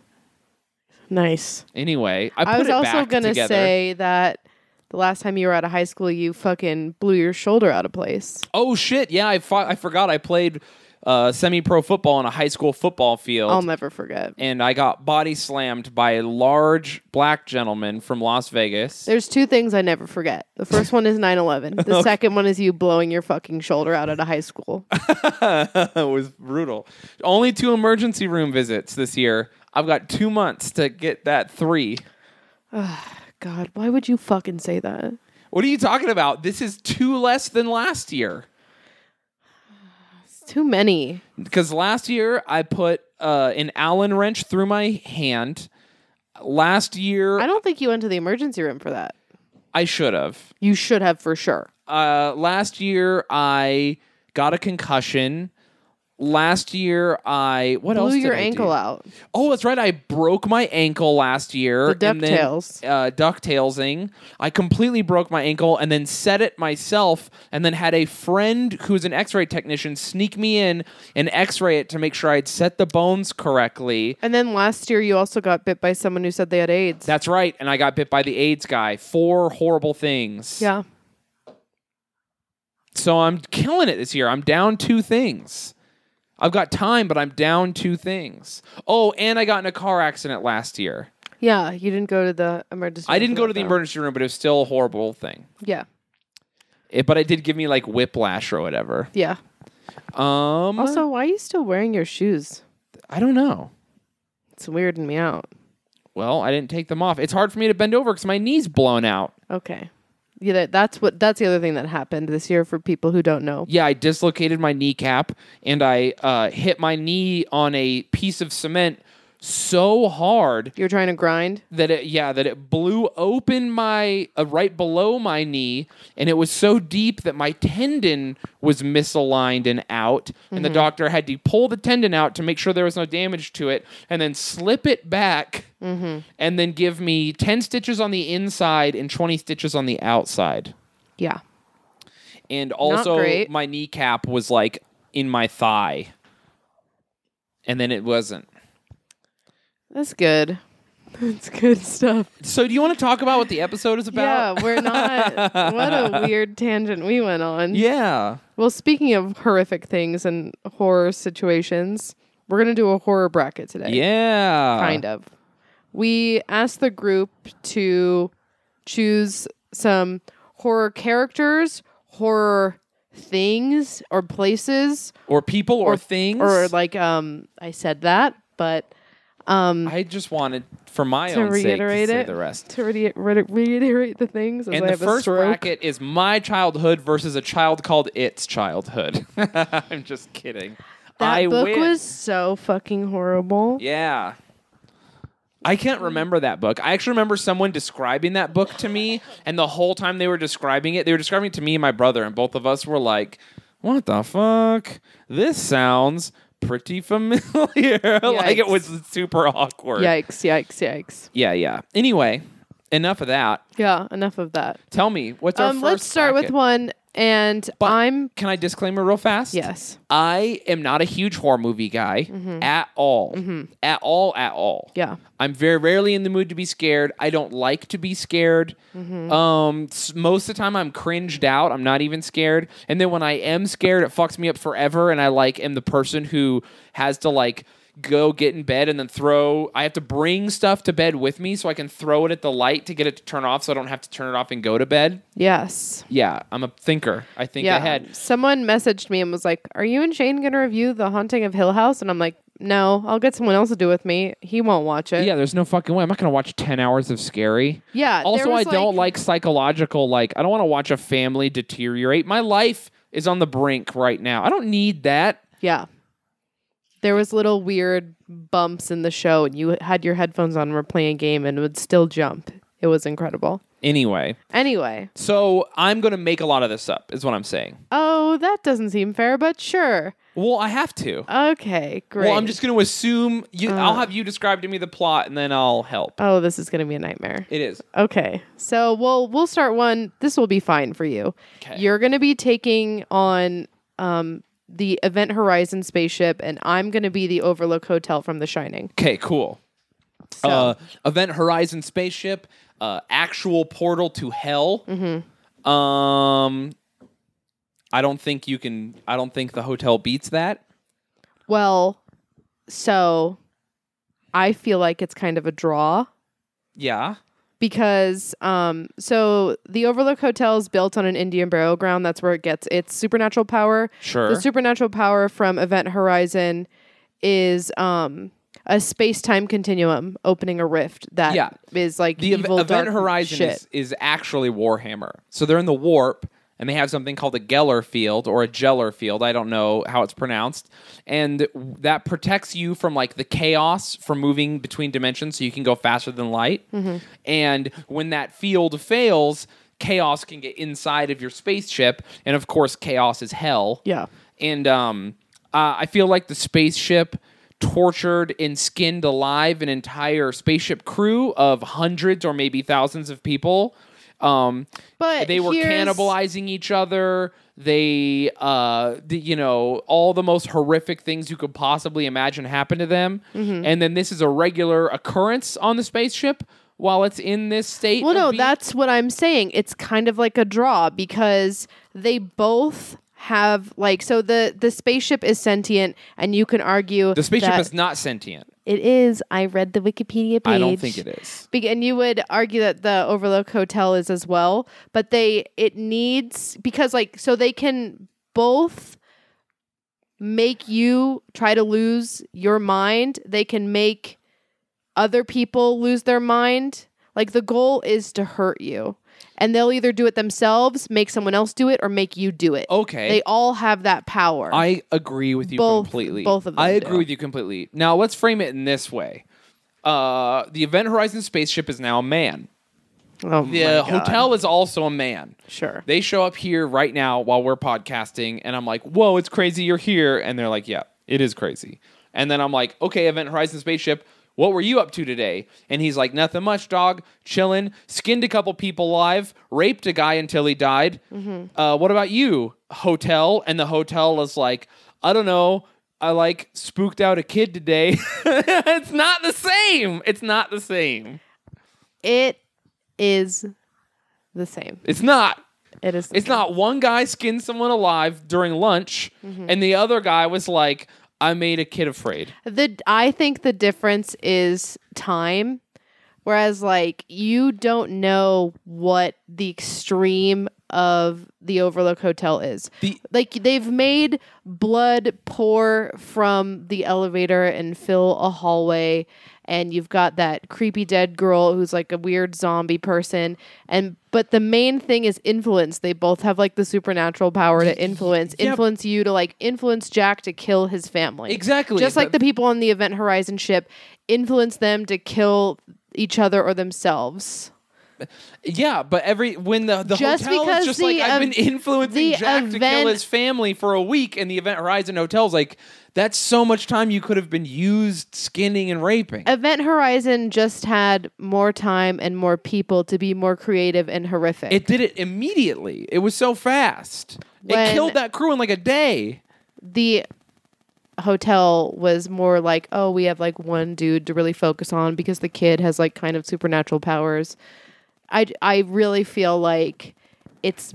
[SPEAKER 2] Nice.
[SPEAKER 3] Anyway, I put
[SPEAKER 2] I, was
[SPEAKER 3] it
[SPEAKER 2] also
[SPEAKER 3] back
[SPEAKER 2] gonna
[SPEAKER 3] together.
[SPEAKER 2] say that the last time you were out of high school, you fucking blew your shoulder out of place.
[SPEAKER 3] Oh shit! Yeah, I fought, I forgot I played uh, semi-pro football on a high school football field,
[SPEAKER 2] I'll never forget.
[SPEAKER 3] and I got body slammed by a large black gentleman from Las Vegas.
[SPEAKER 2] There's two things I never forget. The first one is 9 11. The second one is you blowing your fucking shoulder out at a high school.
[SPEAKER 3] it was brutal. Only two emergency room visits this year. I've got two months to get that three.
[SPEAKER 2] God, why would you fucking say that?
[SPEAKER 3] What are you talking about? This is two less than last year.
[SPEAKER 2] It's too many.
[SPEAKER 3] Because last year I put uh, an Allen wrench through my hand. Last year
[SPEAKER 2] I don't think you went to the emergency room for that.
[SPEAKER 3] I should have.
[SPEAKER 2] You should have for sure.
[SPEAKER 3] uh, last year I got a concussion. Last year I what else
[SPEAKER 2] Blew
[SPEAKER 3] did
[SPEAKER 2] your
[SPEAKER 3] I
[SPEAKER 2] ankle
[SPEAKER 3] do?
[SPEAKER 2] out.
[SPEAKER 3] Oh, that's right. I broke my ankle last year.
[SPEAKER 2] The
[SPEAKER 3] and then,
[SPEAKER 2] DuckTales.
[SPEAKER 3] uh, ducktailsing. I completely broke my ankle and then set it myself, and then had a friend who's an X-ray technician sneak me in and X-ray it to make sure I'd set the bones correctly.
[SPEAKER 2] And then last year, you also got bit by someone who said they had AIDS.
[SPEAKER 3] That's right. And I got bit by the AIDS guy. Four horrible things.
[SPEAKER 2] yeah.
[SPEAKER 3] So I'm killing it this year. I'm down two things. I've got time, but I'm down two things. Oh, and I got in a car accident last year.
[SPEAKER 2] Yeah. You didn't go to the emergency
[SPEAKER 3] I
[SPEAKER 2] room
[SPEAKER 3] didn't
[SPEAKER 2] for
[SPEAKER 3] go
[SPEAKER 2] that,
[SPEAKER 3] to the
[SPEAKER 2] though.
[SPEAKER 3] emergency room, but it was still a horrible thing.
[SPEAKER 2] Yeah.
[SPEAKER 3] It, but it did give me like whiplash or whatever.
[SPEAKER 2] Yeah.
[SPEAKER 3] Um,
[SPEAKER 2] Also, why are you still wearing your shoes?
[SPEAKER 3] I don't know.
[SPEAKER 2] It's weirding me out.
[SPEAKER 3] Well, I didn't take them off. It's hard for me to bend over because my knee's blown out.
[SPEAKER 2] Okay. Yeah, that, that's what that's the other thing that happened this year for people who don't know.
[SPEAKER 3] Yeah, I dislocated my kneecap and I uh, hit my knee on a piece of cement so hard
[SPEAKER 2] You're trying to grind.
[SPEAKER 3] that it yeah that it blew open my uh, right below my knee and it was so deep that my tendon was misaligned and out and the doctor had to pull the tendon out to make sure there was no damage to it and then slip it back and then give me 10 stitches on the inside and 20 stitches on the outside
[SPEAKER 2] Yeah.
[SPEAKER 3] and also
[SPEAKER 2] great.
[SPEAKER 3] my kneecap was like in my thigh and then it wasn't
[SPEAKER 2] That's good. That's good stuff.
[SPEAKER 3] so do you want to talk about what the episode is about
[SPEAKER 2] Yeah, we're not. what a weird tangent we went on.
[SPEAKER 3] yeah
[SPEAKER 2] Well, speaking of horrific things and horror situations, we're going to do a horror bracket today.
[SPEAKER 3] Yeah.
[SPEAKER 2] Kind of. We asked the group to choose some horror characters, horror things or places,
[SPEAKER 3] Or people or, things.
[SPEAKER 2] or like um I said that, but
[SPEAKER 3] I just wanted, for my
[SPEAKER 2] to
[SPEAKER 3] own sake, to
[SPEAKER 2] reiterate
[SPEAKER 3] say
[SPEAKER 2] it,
[SPEAKER 3] the rest.
[SPEAKER 2] to re- re- reiterate the things. As
[SPEAKER 3] And
[SPEAKER 2] I
[SPEAKER 3] the
[SPEAKER 2] have a
[SPEAKER 3] first
[SPEAKER 2] stroke.
[SPEAKER 3] bracket is my childhood versus a child called its childhood. I'm just kidding.
[SPEAKER 2] That
[SPEAKER 3] I
[SPEAKER 2] book
[SPEAKER 3] win.
[SPEAKER 2] was so fucking horrible.
[SPEAKER 3] Yeah. I
[SPEAKER 2] Mm.
[SPEAKER 3] can't remember that book. I actually remember someone describing that book to me, and the whole time they were describing it, they were describing it to me and my brother, and both of us were like, "What the fuck? This sounds pretty familiar." like it
[SPEAKER 2] Yikes.
[SPEAKER 3] was super awkward.
[SPEAKER 2] Yikes! Yikes! Yikes!
[SPEAKER 3] Yeah, yeah. Anyway, enough of that.
[SPEAKER 2] Yeah, enough of that.
[SPEAKER 3] Tell me, what's our
[SPEAKER 2] Um,
[SPEAKER 3] first
[SPEAKER 2] let's start with
[SPEAKER 3] bracket?
[SPEAKER 2] one, and
[SPEAKER 3] But-
[SPEAKER 2] I'm
[SPEAKER 3] Can I disclaimer real fast?
[SPEAKER 2] yes,
[SPEAKER 3] I am not a huge horror movie guy at all. At all, at all.
[SPEAKER 2] yeah,
[SPEAKER 3] I'm very rarely in the mood to be scared. I don't like to be scared. Um, s- most of the time, I'm cringed out. I'm not even scared. And then when I am scared, it fucks me up forever. And I like am the person who has to like go get in bed and then throw. I have to bring stuff to bed with me so I can throw it at the light to get it to turn off so I don't have to turn it off and go to bed.
[SPEAKER 2] Yes.
[SPEAKER 3] Yeah, I'm a thinker. I think ahead.
[SPEAKER 2] Someone messaged me and was like, Are you and Shane going to review The Haunting of Hill House? And I'm like, No, I'll get someone else to do with me. He won't watch it.
[SPEAKER 3] Yeah, there's no fucking way. I'm not going to watch 10 hours of scary.
[SPEAKER 2] Yeah, Uh, there
[SPEAKER 3] Also, I
[SPEAKER 2] was,
[SPEAKER 3] don't like psychological, like, I don't want to watch a family deteriorate. My life is on the brink right now. I don't need that.
[SPEAKER 2] Yeah. There was little weird bumps in the show, and you had your headphones on, and were playing a game, and would still jump. It was incredible.
[SPEAKER 3] Anyway,
[SPEAKER 2] Anyway,
[SPEAKER 3] so I'm going to make a lot of this up, is what I'm saying.
[SPEAKER 2] oh, that doesn't seem fair, but sure.
[SPEAKER 3] Well, I have to.
[SPEAKER 2] Okay, great. Uh,
[SPEAKER 3] Well, I'm just going to assume you, I'll have you describe to me the plot and then I'll help.
[SPEAKER 2] Oh, this is going to be a nightmare.
[SPEAKER 3] It is.
[SPEAKER 2] Okay. So we'll we'll start one. This will be fine for you.
[SPEAKER 3] 'Kay.
[SPEAKER 2] You're gonna be taking on um the Event Horizon spaceship, and I'm gonna be the Overlook Hotel from The Shining.
[SPEAKER 3] Okay, cool. Uh, Event Horizon spaceship, uh, actual portal to hell. Um, I don't think you can. I don't think the hotel beats that.
[SPEAKER 2] Well, so I feel like it's kind of a draw
[SPEAKER 3] Yeah.
[SPEAKER 2] because um so the Overlook Hotel is built on an Indian burial ground. That's where it gets its supernatural power.
[SPEAKER 3] Sure.
[SPEAKER 2] The supernatural power from Event Horizon is um a space-time continuum opening a rift that is
[SPEAKER 3] Yeah.
[SPEAKER 2] like
[SPEAKER 3] the ev-
[SPEAKER 2] evil
[SPEAKER 3] Event
[SPEAKER 2] dark
[SPEAKER 3] Horizon
[SPEAKER 2] shit.
[SPEAKER 3] is, is actually Warhammer. So they're in the warp, and they have something called a Geller field or a Geller field. I don't know how it's pronounced, and w- that protects you from like the chaos from moving between dimensions, so you can go faster than light.
[SPEAKER 2] Mm-hmm.
[SPEAKER 3] And when that field fails, chaos can get inside of your spaceship, and of course, chaos is hell.
[SPEAKER 2] Yeah.
[SPEAKER 3] And um, uh, I feel like the spaceship tortured and skinned alive an entire spaceship crew of hundreds or maybe thousands of people. Um,
[SPEAKER 2] But
[SPEAKER 3] they were
[SPEAKER 2] here's-
[SPEAKER 3] cannibalizing each other. They, uh, the, you know, all the most horrific things you could possibly imagine happened to them.
[SPEAKER 2] Mm-hmm.
[SPEAKER 3] And then this is a regular occurrence on the spaceship while it's in this state.
[SPEAKER 2] Well,
[SPEAKER 3] of
[SPEAKER 2] no,
[SPEAKER 3] being-
[SPEAKER 2] that's what I'm saying. It's kind of like a draw because they both have like so the the spaceship is sentient, and you can argue
[SPEAKER 3] the spaceship
[SPEAKER 2] that
[SPEAKER 3] is not sentient.
[SPEAKER 2] It is. I read the Wikipedia page.
[SPEAKER 3] I don't think it is.
[SPEAKER 2] Be- and you would argue that the Overlook Hotel is as well, but they it needs because like so they can both make you try to lose your mind. They can make other people lose their mind. Like the goal is to hurt you. And they'll either do it themselves, make someone else do it, or make you do it.
[SPEAKER 3] Okay.
[SPEAKER 2] They all have that power.
[SPEAKER 3] I agree with you
[SPEAKER 2] Both-
[SPEAKER 3] completely.
[SPEAKER 2] both of them
[SPEAKER 3] I
[SPEAKER 2] do.
[SPEAKER 3] agree with you completely. Now let's frame it in this way. Uh, the Event Horizon spaceship is now a man.
[SPEAKER 2] oh
[SPEAKER 3] The
[SPEAKER 2] my God.
[SPEAKER 3] hotel is also a man.
[SPEAKER 2] Sure.
[SPEAKER 3] They show up here right now while we're podcasting, and I'm like, "Whoa, it's crazy you're here!" And they're like, "Yeah, it is crazy." And then I'm like, "Okay, Event Horizon spaceship, what were you up to today?" And he's like, "Nothing much, dog. Chilling. Skinned a couple people alive. Raped a guy until he died. Uh, what about you, hotel?" And the hotel is like, "I don't know." I like spooked out a kid today. it's not the same. It's not the same.
[SPEAKER 2] It is the same.
[SPEAKER 3] It's not.
[SPEAKER 2] It is. the
[SPEAKER 3] It's
[SPEAKER 2] same.
[SPEAKER 3] not one guy skinned someone alive during lunch, and the other guy was like, "I made a kid afraid."
[SPEAKER 2] the. I think the difference is time, whereas like you don't know what the extreme of the Overlook Hotel is.
[SPEAKER 3] The-
[SPEAKER 2] like they've made blood pour from the elevator and fill a hallway. And you've got that creepy dead girl who's like a weird zombie person, and but the main thing is influence. They both have like the supernatural power to influence, influence you to like influence Jack to kill his family.
[SPEAKER 3] Exactly,
[SPEAKER 2] Just like
[SPEAKER 3] but-
[SPEAKER 2] the people on the Event Horizon ship influence them to kill each other or themselves.
[SPEAKER 3] Yeah, but every when the the
[SPEAKER 2] Just
[SPEAKER 3] hotel is
[SPEAKER 2] because
[SPEAKER 3] just
[SPEAKER 2] the
[SPEAKER 3] like I've
[SPEAKER 2] ev-
[SPEAKER 3] been influencing
[SPEAKER 2] the
[SPEAKER 3] Jack to kill
[SPEAKER 2] event-
[SPEAKER 3] his family for a week, and the Event Horizon hotel's like, "That's so much time you could have been used skinning and raping."
[SPEAKER 2] Event Horizon just had more time and more people to be more creative and horrific.
[SPEAKER 3] it did it immediately. It was so fast. it
[SPEAKER 2] When-
[SPEAKER 3] killed that crew in like a day.
[SPEAKER 2] the hotel was more like, oh, we have like one dude to really focus on because the kid has like kind of supernatural powers. I I really feel like it's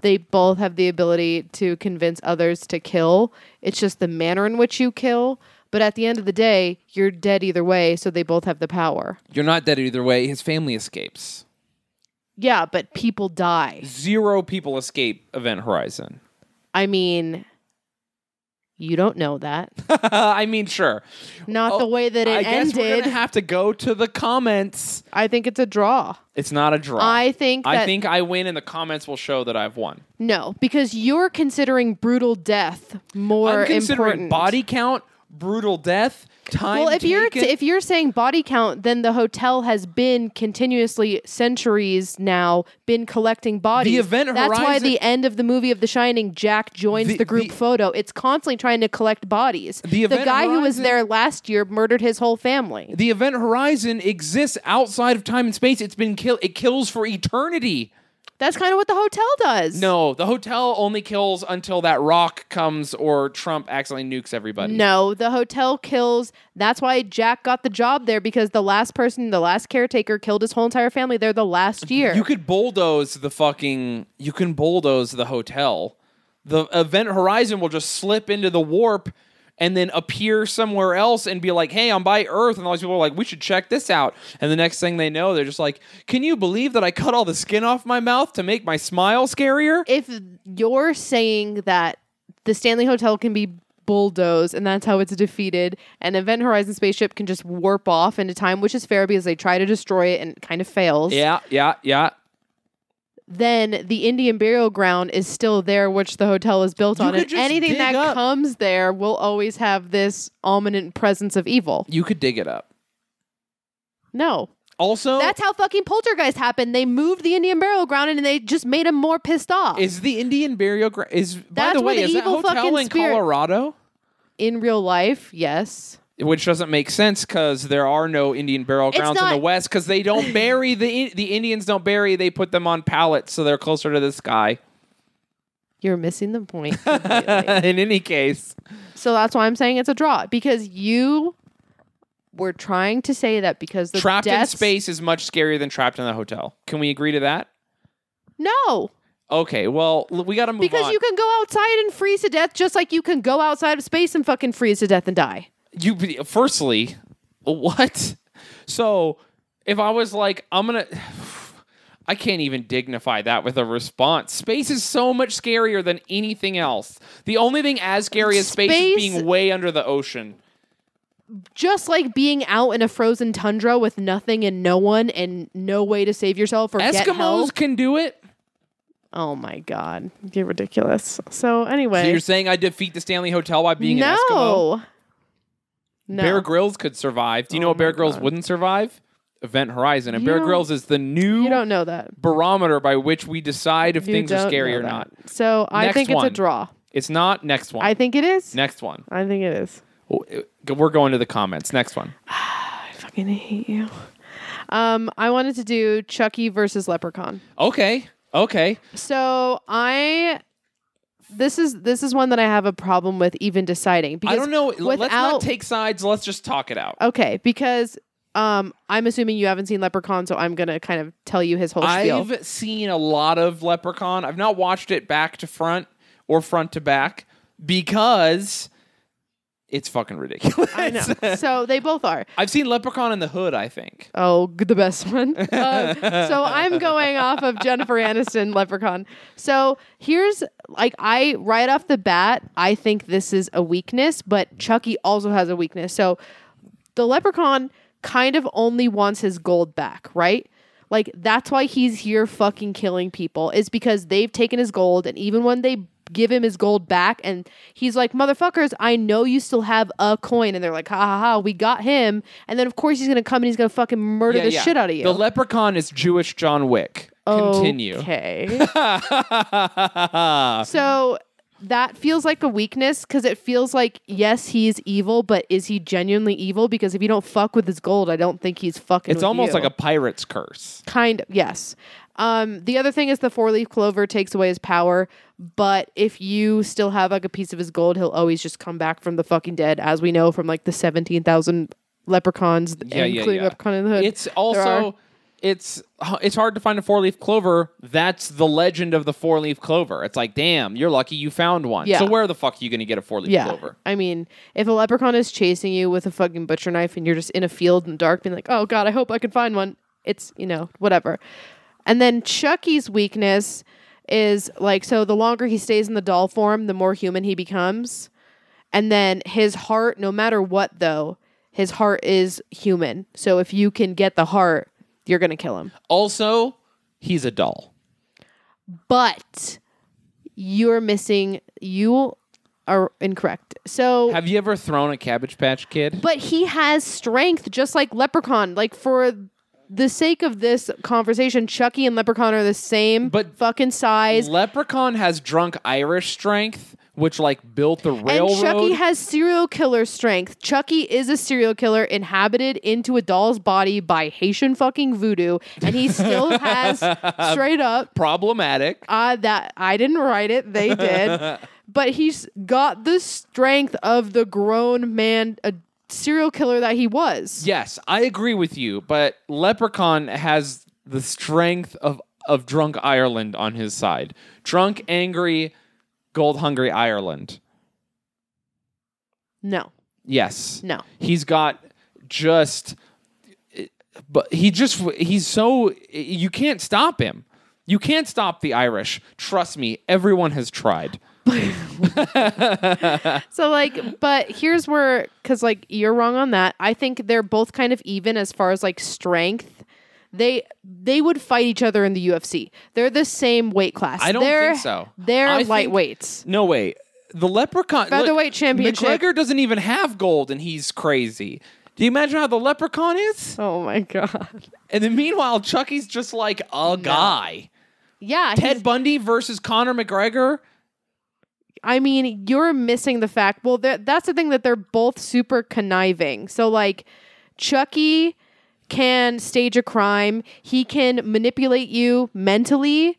[SPEAKER 2] they both have the ability to convince others to kill. It's just the manner in which you kill. But at the end of the day, you're dead either way, so they both have the power.
[SPEAKER 3] You're not dead either way. His family escapes.
[SPEAKER 2] Yeah, but people die.
[SPEAKER 3] Zero people escape Event Horizon.
[SPEAKER 2] I mean, you don't know that.
[SPEAKER 3] I mean, sure.
[SPEAKER 2] Not the
[SPEAKER 3] Oh,
[SPEAKER 2] way that it
[SPEAKER 3] I guess we're
[SPEAKER 2] ended.
[SPEAKER 3] gonna have to go to the comments.
[SPEAKER 2] I think it's a draw.
[SPEAKER 3] It's not a draw.
[SPEAKER 2] I think that
[SPEAKER 3] I think I win, and the comments will show that I've won.
[SPEAKER 2] no, because you're considering brutal death more
[SPEAKER 3] I'm considering
[SPEAKER 2] important.
[SPEAKER 3] body count, brutal death, time.
[SPEAKER 2] Well, if you're
[SPEAKER 3] taken-
[SPEAKER 2] if you're saying body count, then the hotel has been continuously centuries now been collecting bodies.
[SPEAKER 3] event
[SPEAKER 2] That's why
[SPEAKER 3] horizon-
[SPEAKER 2] the end of the movie of The Shining, Jack joins
[SPEAKER 3] The-
[SPEAKER 2] the, group
[SPEAKER 3] the-
[SPEAKER 2] photo. It's constantly trying to collect bodies.
[SPEAKER 3] The event
[SPEAKER 2] guy who was
[SPEAKER 3] horizon-
[SPEAKER 2] there last year murdered his whole family.
[SPEAKER 3] the event horizon exists outside of time and space. It's been kill. It kills for eternity.
[SPEAKER 2] That's kind of what the hotel does.
[SPEAKER 3] No, the hotel only kills until that rock comes or Trump accidentally nukes everybody.
[SPEAKER 2] No, the hotel kills. That's why Jack got the job there because the last person, the last caretaker, killed his whole entire family there the last year.
[SPEAKER 3] You could bulldoze the fucking. You can bulldoze the hotel. The event horizon will just slip into the warp and then appear somewhere else and be like, hey, I'm by Earth. And all these people are like, we should check this out. And the next thing they know, they're just like, can you believe that I cut all the skin off my mouth to make my smile scarier?
[SPEAKER 2] if you're saying that the Stanley Hotel can be bulldozed and that's how it's defeated, and Event Horizon spaceship can just warp off into time, which is fair because they try to destroy it and it kind of fails,
[SPEAKER 3] yeah, yeah, yeah.
[SPEAKER 2] then the Indian burial ground is still there, which the hotel is built
[SPEAKER 3] You
[SPEAKER 2] on.
[SPEAKER 3] could
[SPEAKER 2] And
[SPEAKER 3] just
[SPEAKER 2] anything
[SPEAKER 3] dig
[SPEAKER 2] that
[SPEAKER 3] up-
[SPEAKER 2] comes there will always have this ominous presence of evil.
[SPEAKER 3] You could dig it up.
[SPEAKER 2] No.
[SPEAKER 3] Also,
[SPEAKER 2] That's how fucking poltergeist happened. They moved the Indian burial ground and they just made him more pissed off.
[SPEAKER 3] Is the Indian burial ground? Is by
[SPEAKER 2] That's
[SPEAKER 3] the
[SPEAKER 2] where
[SPEAKER 3] way,
[SPEAKER 2] the
[SPEAKER 3] is that
[SPEAKER 2] evil
[SPEAKER 3] hotel
[SPEAKER 2] fucking
[SPEAKER 3] in
[SPEAKER 2] spirit-
[SPEAKER 3] Colorado?
[SPEAKER 2] In real life, yes.
[SPEAKER 3] Which doesn't make sense because there are no Indian burial
[SPEAKER 2] It's
[SPEAKER 3] grounds in
[SPEAKER 2] not-
[SPEAKER 3] the West because they don't bury the In- the Indians don't bury they put them on pallets so they're closer to the sky.
[SPEAKER 2] You're missing the point. completely.
[SPEAKER 3] in any case,
[SPEAKER 2] So that's why I'm saying it's a draw because you were trying to say that because the
[SPEAKER 3] trapped
[SPEAKER 2] deaths-
[SPEAKER 3] in space is much scarier than trapped in the hotel. Can we agree to that?
[SPEAKER 2] No,
[SPEAKER 3] Okay, well l- we got to move
[SPEAKER 2] because
[SPEAKER 3] on.
[SPEAKER 2] you can go outside and freeze to death just like you can go outside of space and fucking freeze to death and die.
[SPEAKER 3] you firstly what so if i was like i'm gonna i can't even dignify that with a response space is so much scarier than anything else the only thing as scary as space,
[SPEAKER 2] Space-
[SPEAKER 3] is being way under the ocean
[SPEAKER 2] Just like being out in a frozen tundra with nothing and no one and no way to save yourself or get
[SPEAKER 3] eskimos
[SPEAKER 2] help.
[SPEAKER 3] can do it
[SPEAKER 2] Oh my god, you're ridiculous. So
[SPEAKER 3] so
[SPEAKER 2] anyway,
[SPEAKER 3] you're saying i defeat the stanley hotel by being an eskimo
[SPEAKER 2] no, no, Oh
[SPEAKER 3] bear grylls could survive do you know what bear grylls wouldn't survive event horizon and
[SPEAKER 2] You
[SPEAKER 3] bear
[SPEAKER 2] don't-
[SPEAKER 3] grylls is the
[SPEAKER 2] you
[SPEAKER 3] new
[SPEAKER 2] don't know that.
[SPEAKER 3] barometer by which we decide if
[SPEAKER 2] You
[SPEAKER 3] things are
[SPEAKER 2] don't
[SPEAKER 3] scary
[SPEAKER 2] know
[SPEAKER 3] or
[SPEAKER 2] that.
[SPEAKER 3] not
[SPEAKER 2] So I
[SPEAKER 3] Next
[SPEAKER 2] think it's
[SPEAKER 3] one.
[SPEAKER 2] a draw.
[SPEAKER 3] it's not next one
[SPEAKER 2] I think it is.
[SPEAKER 3] next one
[SPEAKER 2] I think it is.
[SPEAKER 3] We're going to the comments. Next one.
[SPEAKER 2] fucking hate you. Um, I wanted to do Chucky versus Leprechaun.
[SPEAKER 3] Okay. Okay.
[SPEAKER 2] So I, this is this is one that I have a problem with even deciding because
[SPEAKER 3] I don't know.
[SPEAKER 2] Without,
[SPEAKER 3] Let's not take sides. Let's just talk it out.
[SPEAKER 2] okay because um I'm assuming you haven't seen Leprechaun, so I'm gonna kind of tell you his whole spiel.
[SPEAKER 3] I've seen a lot of Leprechaun. I've not watched it back to front or front to back because it's fucking ridiculous.
[SPEAKER 2] I know. so they both are.
[SPEAKER 3] I've seen Leprechaun in the Hood, I think.
[SPEAKER 2] Oh, g- the best one. Um, so I'm going off of Jennifer Aniston, Leprechaun. So here's like I right off the bat, I think this is a weakness, but Chucky also has a weakness. So the Leprechaun kind of only wants his gold back, right? Like that's why he's here fucking killing people is because they've taken his gold and even when they give him his gold back and he's like motherfuckers I know you still have a coin and they're like ha ha ha we got him and then of course he's going to come and he's going to fucking murder the shit out of you.
[SPEAKER 3] The Leprechaun is Jewish John Wick. Continue.
[SPEAKER 2] Okay. so that feels like a weakness because it feels like yes he's evil but is he genuinely evil because if you don't fuck with his gold i don't think he's fucking
[SPEAKER 3] It's
[SPEAKER 2] with
[SPEAKER 3] almost
[SPEAKER 2] you.
[SPEAKER 3] like a pirate's curse.
[SPEAKER 2] kind of yes um, the other thing is the four leaf clover takes away his power but if you still have like a piece of his gold he'll always just come back from the fucking dead as we know from like the 17000 leprechauns
[SPEAKER 3] Yeah, yeah,
[SPEAKER 2] including
[SPEAKER 3] yeah.
[SPEAKER 2] leprechaun in the hood
[SPEAKER 3] It's
[SPEAKER 2] There are-
[SPEAKER 3] also it's it's hard to find a four leaf clover. That's the legend of the four leaf clover. It's like, damn, you're lucky you found one.
[SPEAKER 2] Yeah.
[SPEAKER 3] So where the fuck are you gonna get a four leaf
[SPEAKER 2] Yeah.
[SPEAKER 3] clover?
[SPEAKER 2] I mean, if a leprechaun is chasing you with a fucking butcher knife and you're just in a field in the dark being like, oh God, I hope I can find one, it's, you know, whatever. And then Chucky's weakness is like, so the longer he stays in the doll form, the more human he becomes. And then his heart, no matter what though, his heart is human. So if you can get the heart, you're going to kill him.
[SPEAKER 3] Also, he's a doll.
[SPEAKER 2] But you're missing, you are incorrect. So.
[SPEAKER 3] Have you ever thrown a cabbage patch kid?
[SPEAKER 2] but he has strength just like leprechaun like for the sake of this conversation chucky and leprechaun are the same
[SPEAKER 3] But-
[SPEAKER 2] fucking size
[SPEAKER 3] Leprechaun has drunk Irish strength, which like built the railroad.
[SPEAKER 2] and chucky has serial killer strength chucky is a serial killer inhabited into a doll's body by haitian fucking voodoo and he still has straight up
[SPEAKER 3] problematic.
[SPEAKER 2] uh, that i didn't write it they did but he's got the strength of the grown man a serial killer that he was
[SPEAKER 3] Yes, I agree with you, but Leprechaun has the strength of of drunk Ireland on his side. Drunk, angry, gold hungry Ireland.
[SPEAKER 2] no
[SPEAKER 3] Yes.
[SPEAKER 2] no
[SPEAKER 3] He's got just but he just he's so you can't stop him. You can't stop the Irish. Trust me, everyone has tried.
[SPEAKER 2] So like, but here's where, because like you're wrong on that. I think they're both kind of even as far as like strength. They they would fight each other in the UFC. They're the same weight class.
[SPEAKER 3] I don't
[SPEAKER 2] they're,
[SPEAKER 3] think so.
[SPEAKER 2] They're
[SPEAKER 3] I think-
[SPEAKER 2] lightweights.
[SPEAKER 3] No way. The Leprechaun
[SPEAKER 2] Featherweight
[SPEAKER 3] look,
[SPEAKER 2] championship.
[SPEAKER 3] McGregor doesn't even have gold and he's crazy. Do you imagine how the Leprechaun is?
[SPEAKER 2] Oh my god.
[SPEAKER 3] And then meanwhile, Chucky's just like a guy.
[SPEAKER 2] Yeah.
[SPEAKER 3] Ted
[SPEAKER 2] he's-
[SPEAKER 3] Bundy versus Conor McGregor.
[SPEAKER 2] I mean, you're missing the fact. Well, that- that's the thing that they're both super conniving. So like, Chucky can stage a crime. He can manipulate you mentally.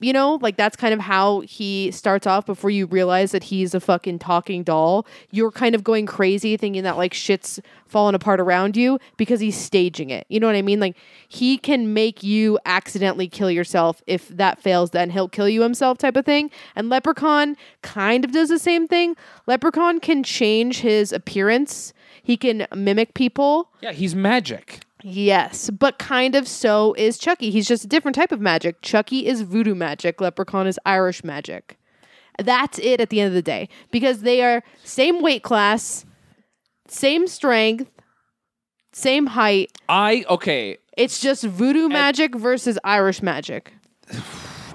[SPEAKER 2] you know like that's kind of how he starts off before you realize that he's a fucking talking doll you're kind of going crazy thinking that like shit's falling apart around you because he's staging it you know what i mean like he can make you accidentally kill yourself if that fails then he'll kill you himself type of thing and leprechaun kind of does the same thing leprechaun can change his appearance he can mimic people
[SPEAKER 3] Yeah, he's magic.
[SPEAKER 2] Yes, but kind of so is Chucky. He's just a different type of magic. Chucky is voodoo magic, Leprechaun is Irish magic. That's it at the end of the day because they are same weight class, same strength, same height.
[SPEAKER 3] I okay.
[SPEAKER 2] It's just voodoo magic versus Irish magic.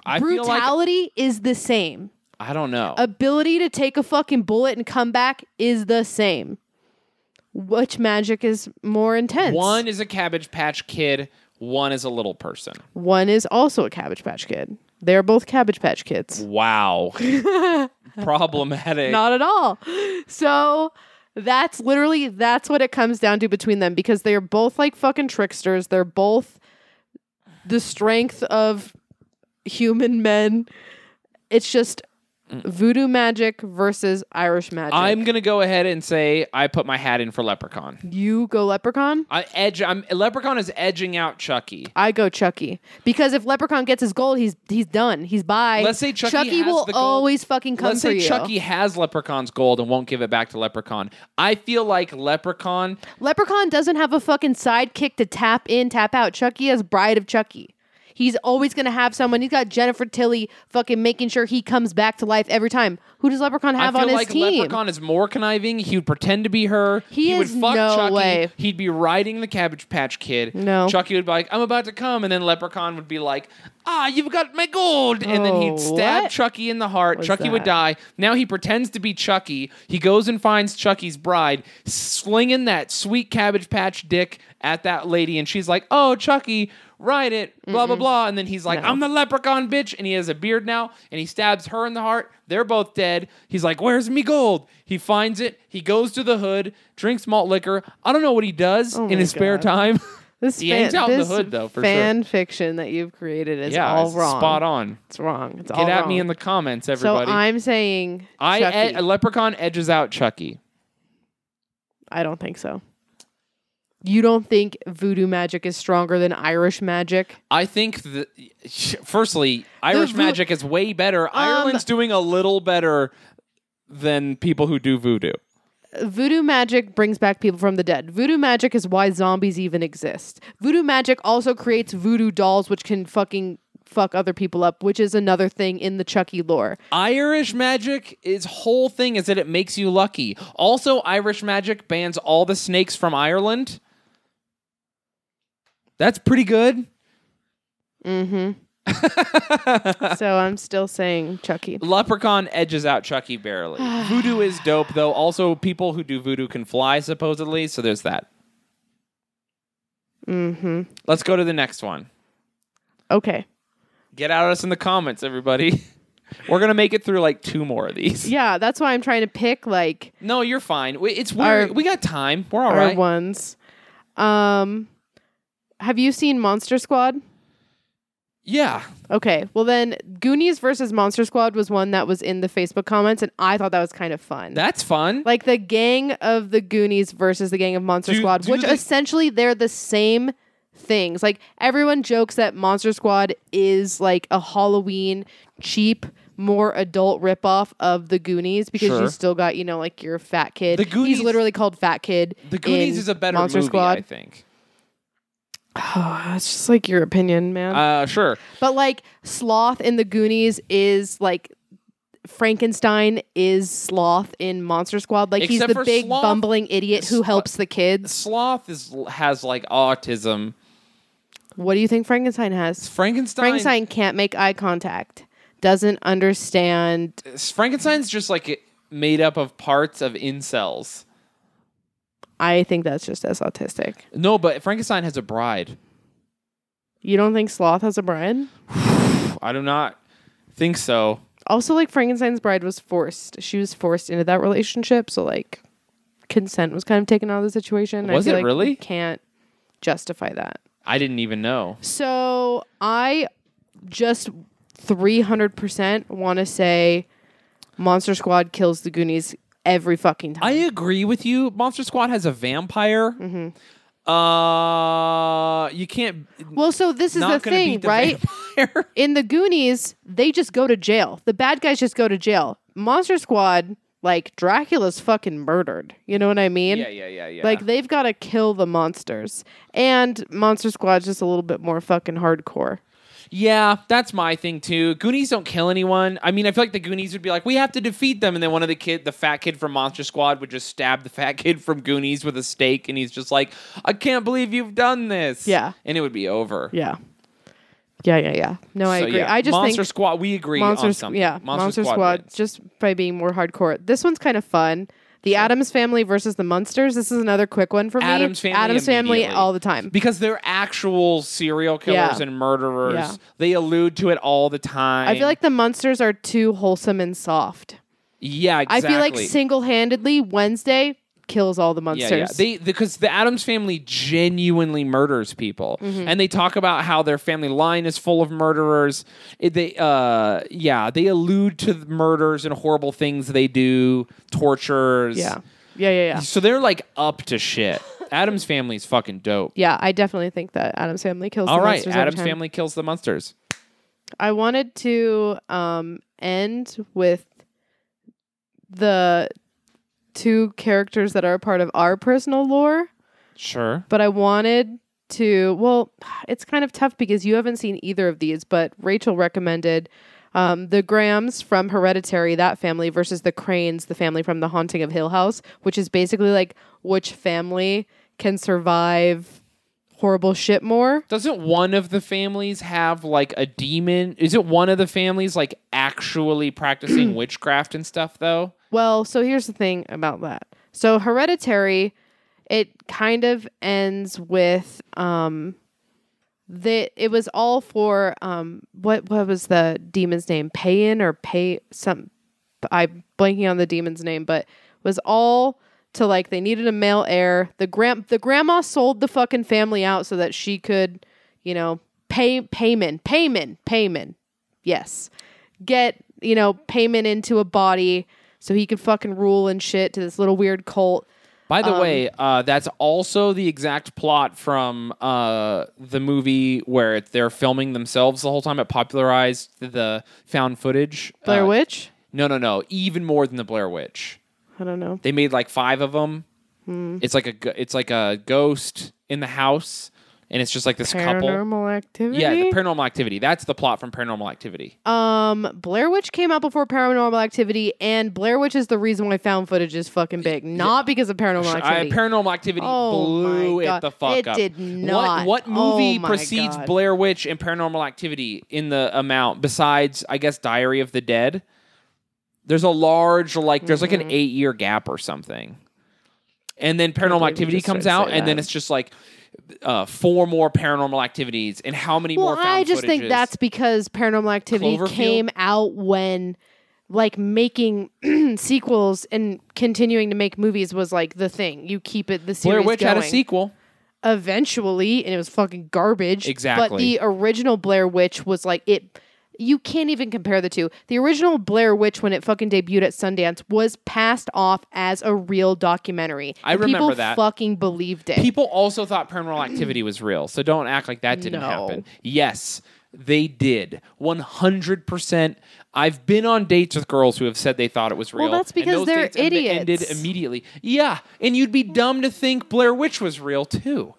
[SPEAKER 3] I feel like
[SPEAKER 2] Brutality is the same.
[SPEAKER 3] I don't know.
[SPEAKER 2] Ability to take a fucking bullet and come back is the same. Which magic is more intense?
[SPEAKER 3] one is a Cabbage Patch Kid. One is a little person.
[SPEAKER 2] One is also a Cabbage Patch Kid. They're both Cabbage Patch Kids.
[SPEAKER 3] Wow. Problematic.
[SPEAKER 2] Not at all. So that's literally that's what it comes down to between them because they're both like fucking tricksters. They're both the strength of human men. It's just voodoo magic versus Irish magic.
[SPEAKER 3] I'm gonna go ahead and say I put my hat in for Leprechaun.
[SPEAKER 2] you go leprechaun.
[SPEAKER 3] I edge. I'm Leprechaun is edging out Chucky.
[SPEAKER 2] I go Chucky because if Leprechaun gets his gold, he's he's done. He's by.
[SPEAKER 3] Let's say Chucky has
[SPEAKER 2] will
[SPEAKER 3] the gold.
[SPEAKER 2] always fucking come
[SPEAKER 3] Let's
[SPEAKER 2] for
[SPEAKER 3] say
[SPEAKER 2] you.
[SPEAKER 3] Chucky has Leprechaun's gold and won't give it back to Leprechaun. I feel like Leprechaun
[SPEAKER 2] Leprechaun doesn't have a fucking sidekick to tap in, tap out. Chucky has Bride of Chucky. He's always going to have someone. He's got Jennifer Tilly fucking making sure he comes back to life every time. Who does Leprechaun have
[SPEAKER 3] I
[SPEAKER 2] on
[SPEAKER 3] feel
[SPEAKER 2] his
[SPEAKER 3] like
[SPEAKER 2] team?
[SPEAKER 3] Leprechaun is more conniving. He would pretend to be her.
[SPEAKER 2] He
[SPEAKER 3] would
[SPEAKER 2] is
[SPEAKER 3] fuck
[SPEAKER 2] no
[SPEAKER 3] Chucky.
[SPEAKER 2] way.
[SPEAKER 3] He'd be riding the Cabbage Patch Kid.
[SPEAKER 2] No.
[SPEAKER 3] Chucky would be like, "I'm about to come," and then Leprechaun would be like, "Ah, you've got my gold," and then
[SPEAKER 2] Oh,
[SPEAKER 3] he'd stab
[SPEAKER 2] what
[SPEAKER 3] Chucky in the heart.
[SPEAKER 2] was
[SPEAKER 3] Chucky would
[SPEAKER 2] that?
[SPEAKER 3] die. Now he pretends to be Chucky. He goes and finds Chucky's bride, slinging that sweet Cabbage Patch dick at that lady, and she's like, "Oh, Chucky." Ride it, blah blah blah, and then he's like, "I'm the leprechaun bitch," and he has a beard now, and he stabs her in the heart. They're both dead. He's like, "Where's me gold?" He finds it. He goes to the hood, drinks malt liquor. I don't know what he does in
[SPEAKER 2] Oh my
[SPEAKER 3] his spare
[SPEAKER 2] God.
[SPEAKER 3] time.
[SPEAKER 2] this
[SPEAKER 3] He hangs out in the
[SPEAKER 2] this
[SPEAKER 3] hood, though, for sure.
[SPEAKER 2] fan fiction that you've created is
[SPEAKER 3] yeah,
[SPEAKER 2] all
[SPEAKER 3] it's
[SPEAKER 2] wrong.
[SPEAKER 3] spot on.
[SPEAKER 2] It's wrong. It's all
[SPEAKER 3] Get at
[SPEAKER 2] wrong.
[SPEAKER 3] me in the comments,
[SPEAKER 2] so
[SPEAKER 3] everybody.
[SPEAKER 2] I'm saying
[SPEAKER 3] I
[SPEAKER 2] Chucky.
[SPEAKER 3] a leprechaun edges out Chucky.
[SPEAKER 2] I don't think so. You don't think voodoo magic is stronger than Irish magic?
[SPEAKER 3] I think that, firstly, Irish
[SPEAKER 2] vo-
[SPEAKER 3] magic is way better. Ireland's doing a little better than people who do voodoo.
[SPEAKER 2] Voodoo magic brings back people from the dead. Voodoo magic is why zombies even exist. Voodoo magic also creates voodoo dolls which can fucking fuck other people up, which is another thing in the Chucky lore.
[SPEAKER 3] Irish magic, its whole thing is that it makes you lucky. Also, Irish magic bans all the snakes from Ireland. That's pretty good.
[SPEAKER 2] so I'm still saying Chucky.
[SPEAKER 3] Leprechaun edges out Chucky barely. voodoo is dope, though. Also, people who do voodoo can fly, supposedly, so there's that. Mm-hmm. Let's go to the next one.
[SPEAKER 2] Okay.
[SPEAKER 3] Get at us in the comments, everybody. We're going to make it through like two more of these.
[SPEAKER 2] Yeah, that's why I'm trying to pick like
[SPEAKER 3] No, you're fine. We- It's weird.
[SPEAKER 2] Our-
[SPEAKER 3] we got time. We're all
[SPEAKER 2] our
[SPEAKER 3] right.
[SPEAKER 2] ones. Um have you seen Monster Squad?
[SPEAKER 3] Yeah.
[SPEAKER 2] Okay. Well then Goonies versus Monster Squad was one that was in the Facebook comments and I thought that was kind of fun.
[SPEAKER 3] That's fun.
[SPEAKER 2] like the gang of the Goonies versus the gang of Monster
[SPEAKER 3] Do-
[SPEAKER 2] Squad,
[SPEAKER 3] do
[SPEAKER 2] which
[SPEAKER 3] they-
[SPEAKER 2] essentially they're the same things. Like everyone jokes that Monster Squad is like a Halloween cheap, more adult ripoff of the Goonies because
[SPEAKER 3] Sure.
[SPEAKER 2] you still got you know like your fat kid.
[SPEAKER 3] The Goonies-
[SPEAKER 2] He's literally called Fat Kid.
[SPEAKER 3] The Goonies
[SPEAKER 2] in
[SPEAKER 3] is a better
[SPEAKER 2] Monster
[SPEAKER 3] movie,
[SPEAKER 2] Squad.
[SPEAKER 3] I think.
[SPEAKER 2] Oh, it's just like your opinion, man.
[SPEAKER 3] Uh, sure.
[SPEAKER 2] But like sloth in the Goonies is like Frankenstein is sloth in Monster Squad. Like
[SPEAKER 3] Except
[SPEAKER 2] he's
[SPEAKER 3] for
[SPEAKER 2] the big
[SPEAKER 3] Sloth-
[SPEAKER 2] bumbling idiot who
[SPEAKER 3] Sloth-
[SPEAKER 2] helps the kids.
[SPEAKER 3] Sloth is has like autism.
[SPEAKER 2] What do you think Frankenstein has?
[SPEAKER 3] Frankenstein.
[SPEAKER 2] Frankenstein can't make eye contact. Doesn't understand.
[SPEAKER 3] Frankenstein's just like made up of parts of incels.
[SPEAKER 2] I think that's just as autistic.
[SPEAKER 3] No, but Frankenstein has a bride.
[SPEAKER 2] You don't think Sloth has a bride?
[SPEAKER 3] I do not think so.
[SPEAKER 2] Also, like Frankenstein's bride was forced. She was forced into that relationship, so like consent was kind of taken out of the situation.
[SPEAKER 3] Was
[SPEAKER 2] I feel
[SPEAKER 3] it
[SPEAKER 2] like
[SPEAKER 3] really?
[SPEAKER 2] we Can't justify that.
[SPEAKER 3] I didn't even know.
[SPEAKER 2] So I just 300% want to say Monster Squad kills the Goonies every fucking
[SPEAKER 3] I
[SPEAKER 2] time.
[SPEAKER 3] agree with you. Monster Squad has a vampire. Uh, you can't.
[SPEAKER 2] well, so Mm-hmm. this is
[SPEAKER 3] not
[SPEAKER 2] the
[SPEAKER 3] gonna
[SPEAKER 2] thing,
[SPEAKER 3] beat the
[SPEAKER 2] right?
[SPEAKER 3] vampire.
[SPEAKER 2] In the Goonies, they just go to jail. The bad guys just go to jail. Monster Squad, like Dracula's fucking murdered. You know what I mean?
[SPEAKER 3] yeah, yeah, yeah, yeah.
[SPEAKER 2] Like they've got to kill the monsters. And Monster Squad's just a little bit more fucking hardcore.
[SPEAKER 3] Yeah, that's my thing too. Goonies don't kill anyone. I mean, I feel like the Goonies would be like, we have to defeat them, and then one of the kid, the fat kid from Monster Squad, would just stab the fat kid from Goonies with a stake, and he's just like, I can't believe you've done this.
[SPEAKER 2] Yeah.
[SPEAKER 3] and it would be over.
[SPEAKER 2] Yeah. Yeah, yeah, yeah. No, I
[SPEAKER 3] So,
[SPEAKER 2] agree.
[SPEAKER 3] yeah,
[SPEAKER 2] I just
[SPEAKER 3] Monster
[SPEAKER 2] think
[SPEAKER 3] Squad. We agree
[SPEAKER 2] Monster,
[SPEAKER 3] on
[SPEAKER 2] Squ-
[SPEAKER 3] something.
[SPEAKER 2] yeah, Monster, Squad,
[SPEAKER 3] wins.
[SPEAKER 2] just by being more hardcore. This one's kind of fun. The Adams Family versus the Munsters. This is another quick one for me.
[SPEAKER 3] Adam's family.
[SPEAKER 2] Adams Family
[SPEAKER 3] immediately.
[SPEAKER 2] all the time.
[SPEAKER 3] because they're actual serial killers
[SPEAKER 2] Yeah.
[SPEAKER 3] and murderers.
[SPEAKER 2] Yeah.
[SPEAKER 3] They allude to it all the time.
[SPEAKER 2] I feel like the Munsters are too wholesome and soft.
[SPEAKER 3] yeah, exactly.
[SPEAKER 2] I feel like single-handedly Wednesday kills all the Munsters.
[SPEAKER 3] Yeah, yeah. They because the Adams family genuinely murders people,
[SPEAKER 2] Mm-hmm.
[SPEAKER 3] and they talk about how their family line is full of murderers. It- They, uh, yeah, they allude to the murders and horrible things they do, tortures.
[SPEAKER 2] yeah. Yeah, yeah, yeah.
[SPEAKER 3] so they're like up to shit. Adams family's fucking dope.
[SPEAKER 2] Yeah, I definitely think that Adams Family kills
[SPEAKER 3] All
[SPEAKER 2] the
[SPEAKER 3] right,
[SPEAKER 2] Munsters every
[SPEAKER 3] Adams
[SPEAKER 2] time.
[SPEAKER 3] family kills the monsters.
[SPEAKER 2] I wanted to um, end with the two characters that are a part of our personal lore,
[SPEAKER 3] Sure.
[SPEAKER 2] but I wanted to. Well, it's kind of tough because you haven't seen either of these, but Rachel recommended um, the Grahams from Hereditary, that family, versus the Cranes, the family from The Haunting of Hill House, which is basically like which family can survive horrible shit more.
[SPEAKER 3] Doesn't one of the families have like a demon? Is it one of the families like actually practicing witchcraft and stuff though?
[SPEAKER 2] Well, so here's the thing about that. So hereditary, it kind of ends with um that it was all for um what what was the demon's name? Payan or pay some I'm blanking on the demon's name, but was all to like they needed a male heir. The grand the grandma sold the fucking family out so that she could, you know, pay payment, payment, payment. Yes get you know payment into a body so he could fucking rule and shit to this little weird cult
[SPEAKER 3] By the way, uh, that's also the exact plot from uh, the movie where it- they're filming themselves the whole time. It popularized the found footage.
[SPEAKER 2] Blair
[SPEAKER 3] Uh,
[SPEAKER 2] Witch?
[SPEAKER 3] No, no, no. Even more than the Blair Witch.
[SPEAKER 2] I don't know.
[SPEAKER 3] They made like five of them. It's like a g- it's like a ghost in the house, and it's just like this couple.
[SPEAKER 2] Paranormal activity?
[SPEAKER 3] Yeah, the Paranormal Activity. That's the plot from Paranormal Activity.
[SPEAKER 2] um, Blair Witch came out before Paranormal Activity, and Blair Witch is the reason why found footage is fucking big, not because of Paranormal
[SPEAKER 3] I,
[SPEAKER 2] Activity.
[SPEAKER 3] paranormal Activity
[SPEAKER 2] Oh
[SPEAKER 3] blew
[SPEAKER 2] my
[SPEAKER 3] it
[SPEAKER 2] God.
[SPEAKER 3] the fuck
[SPEAKER 2] It
[SPEAKER 3] up.
[SPEAKER 2] did not.
[SPEAKER 3] What, what
[SPEAKER 2] Oh
[SPEAKER 3] movie
[SPEAKER 2] my
[SPEAKER 3] precedes
[SPEAKER 2] God.
[SPEAKER 3] Blair Witch and Paranormal Activity in the amount besides, I guess, Diary of the Dead? There's a large, like, there's
[SPEAKER 2] Mm-hmm.
[SPEAKER 3] like an eight year gap or something. And then Paranormal
[SPEAKER 2] we
[SPEAKER 3] Activity
[SPEAKER 2] just
[SPEAKER 3] comes
[SPEAKER 2] started
[SPEAKER 3] out,
[SPEAKER 2] saying
[SPEAKER 3] and then
[SPEAKER 2] that.
[SPEAKER 3] it's just like uh, four more Paranormal Activities, and how many
[SPEAKER 2] well,
[SPEAKER 3] more? Found
[SPEAKER 2] I just think
[SPEAKER 3] footages.
[SPEAKER 2] that's because Paranormal Activity
[SPEAKER 3] Cloverfield?
[SPEAKER 2] came out when like making sequels and continuing to make movies was like the thing. You keep it the series
[SPEAKER 3] Blair Witch
[SPEAKER 2] going.
[SPEAKER 3] had a sequel.
[SPEAKER 2] eventually and it was fucking garbage. But
[SPEAKER 3] Exactly.
[SPEAKER 2] the original Blair Witch was like it you can't even compare the two. The original Blair Witch when it fucking debuted at Sundance was passed off as a real documentary.
[SPEAKER 3] I
[SPEAKER 2] And
[SPEAKER 3] remember
[SPEAKER 2] people
[SPEAKER 3] that.
[SPEAKER 2] fucking believed it.
[SPEAKER 3] People also thought paranormal activity was real, so don't act like that didn't
[SPEAKER 2] No.
[SPEAKER 3] happen. Yes, they did. 100%. I've been on dates with girls who have said they thought it was real.
[SPEAKER 2] Well, that's
[SPEAKER 3] and
[SPEAKER 2] because
[SPEAKER 3] those
[SPEAKER 2] they're
[SPEAKER 3] dates em-
[SPEAKER 2] idiots.
[SPEAKER 3] ended immediately. Yeah, and you'd be dumb to think Blair Witch was real, too.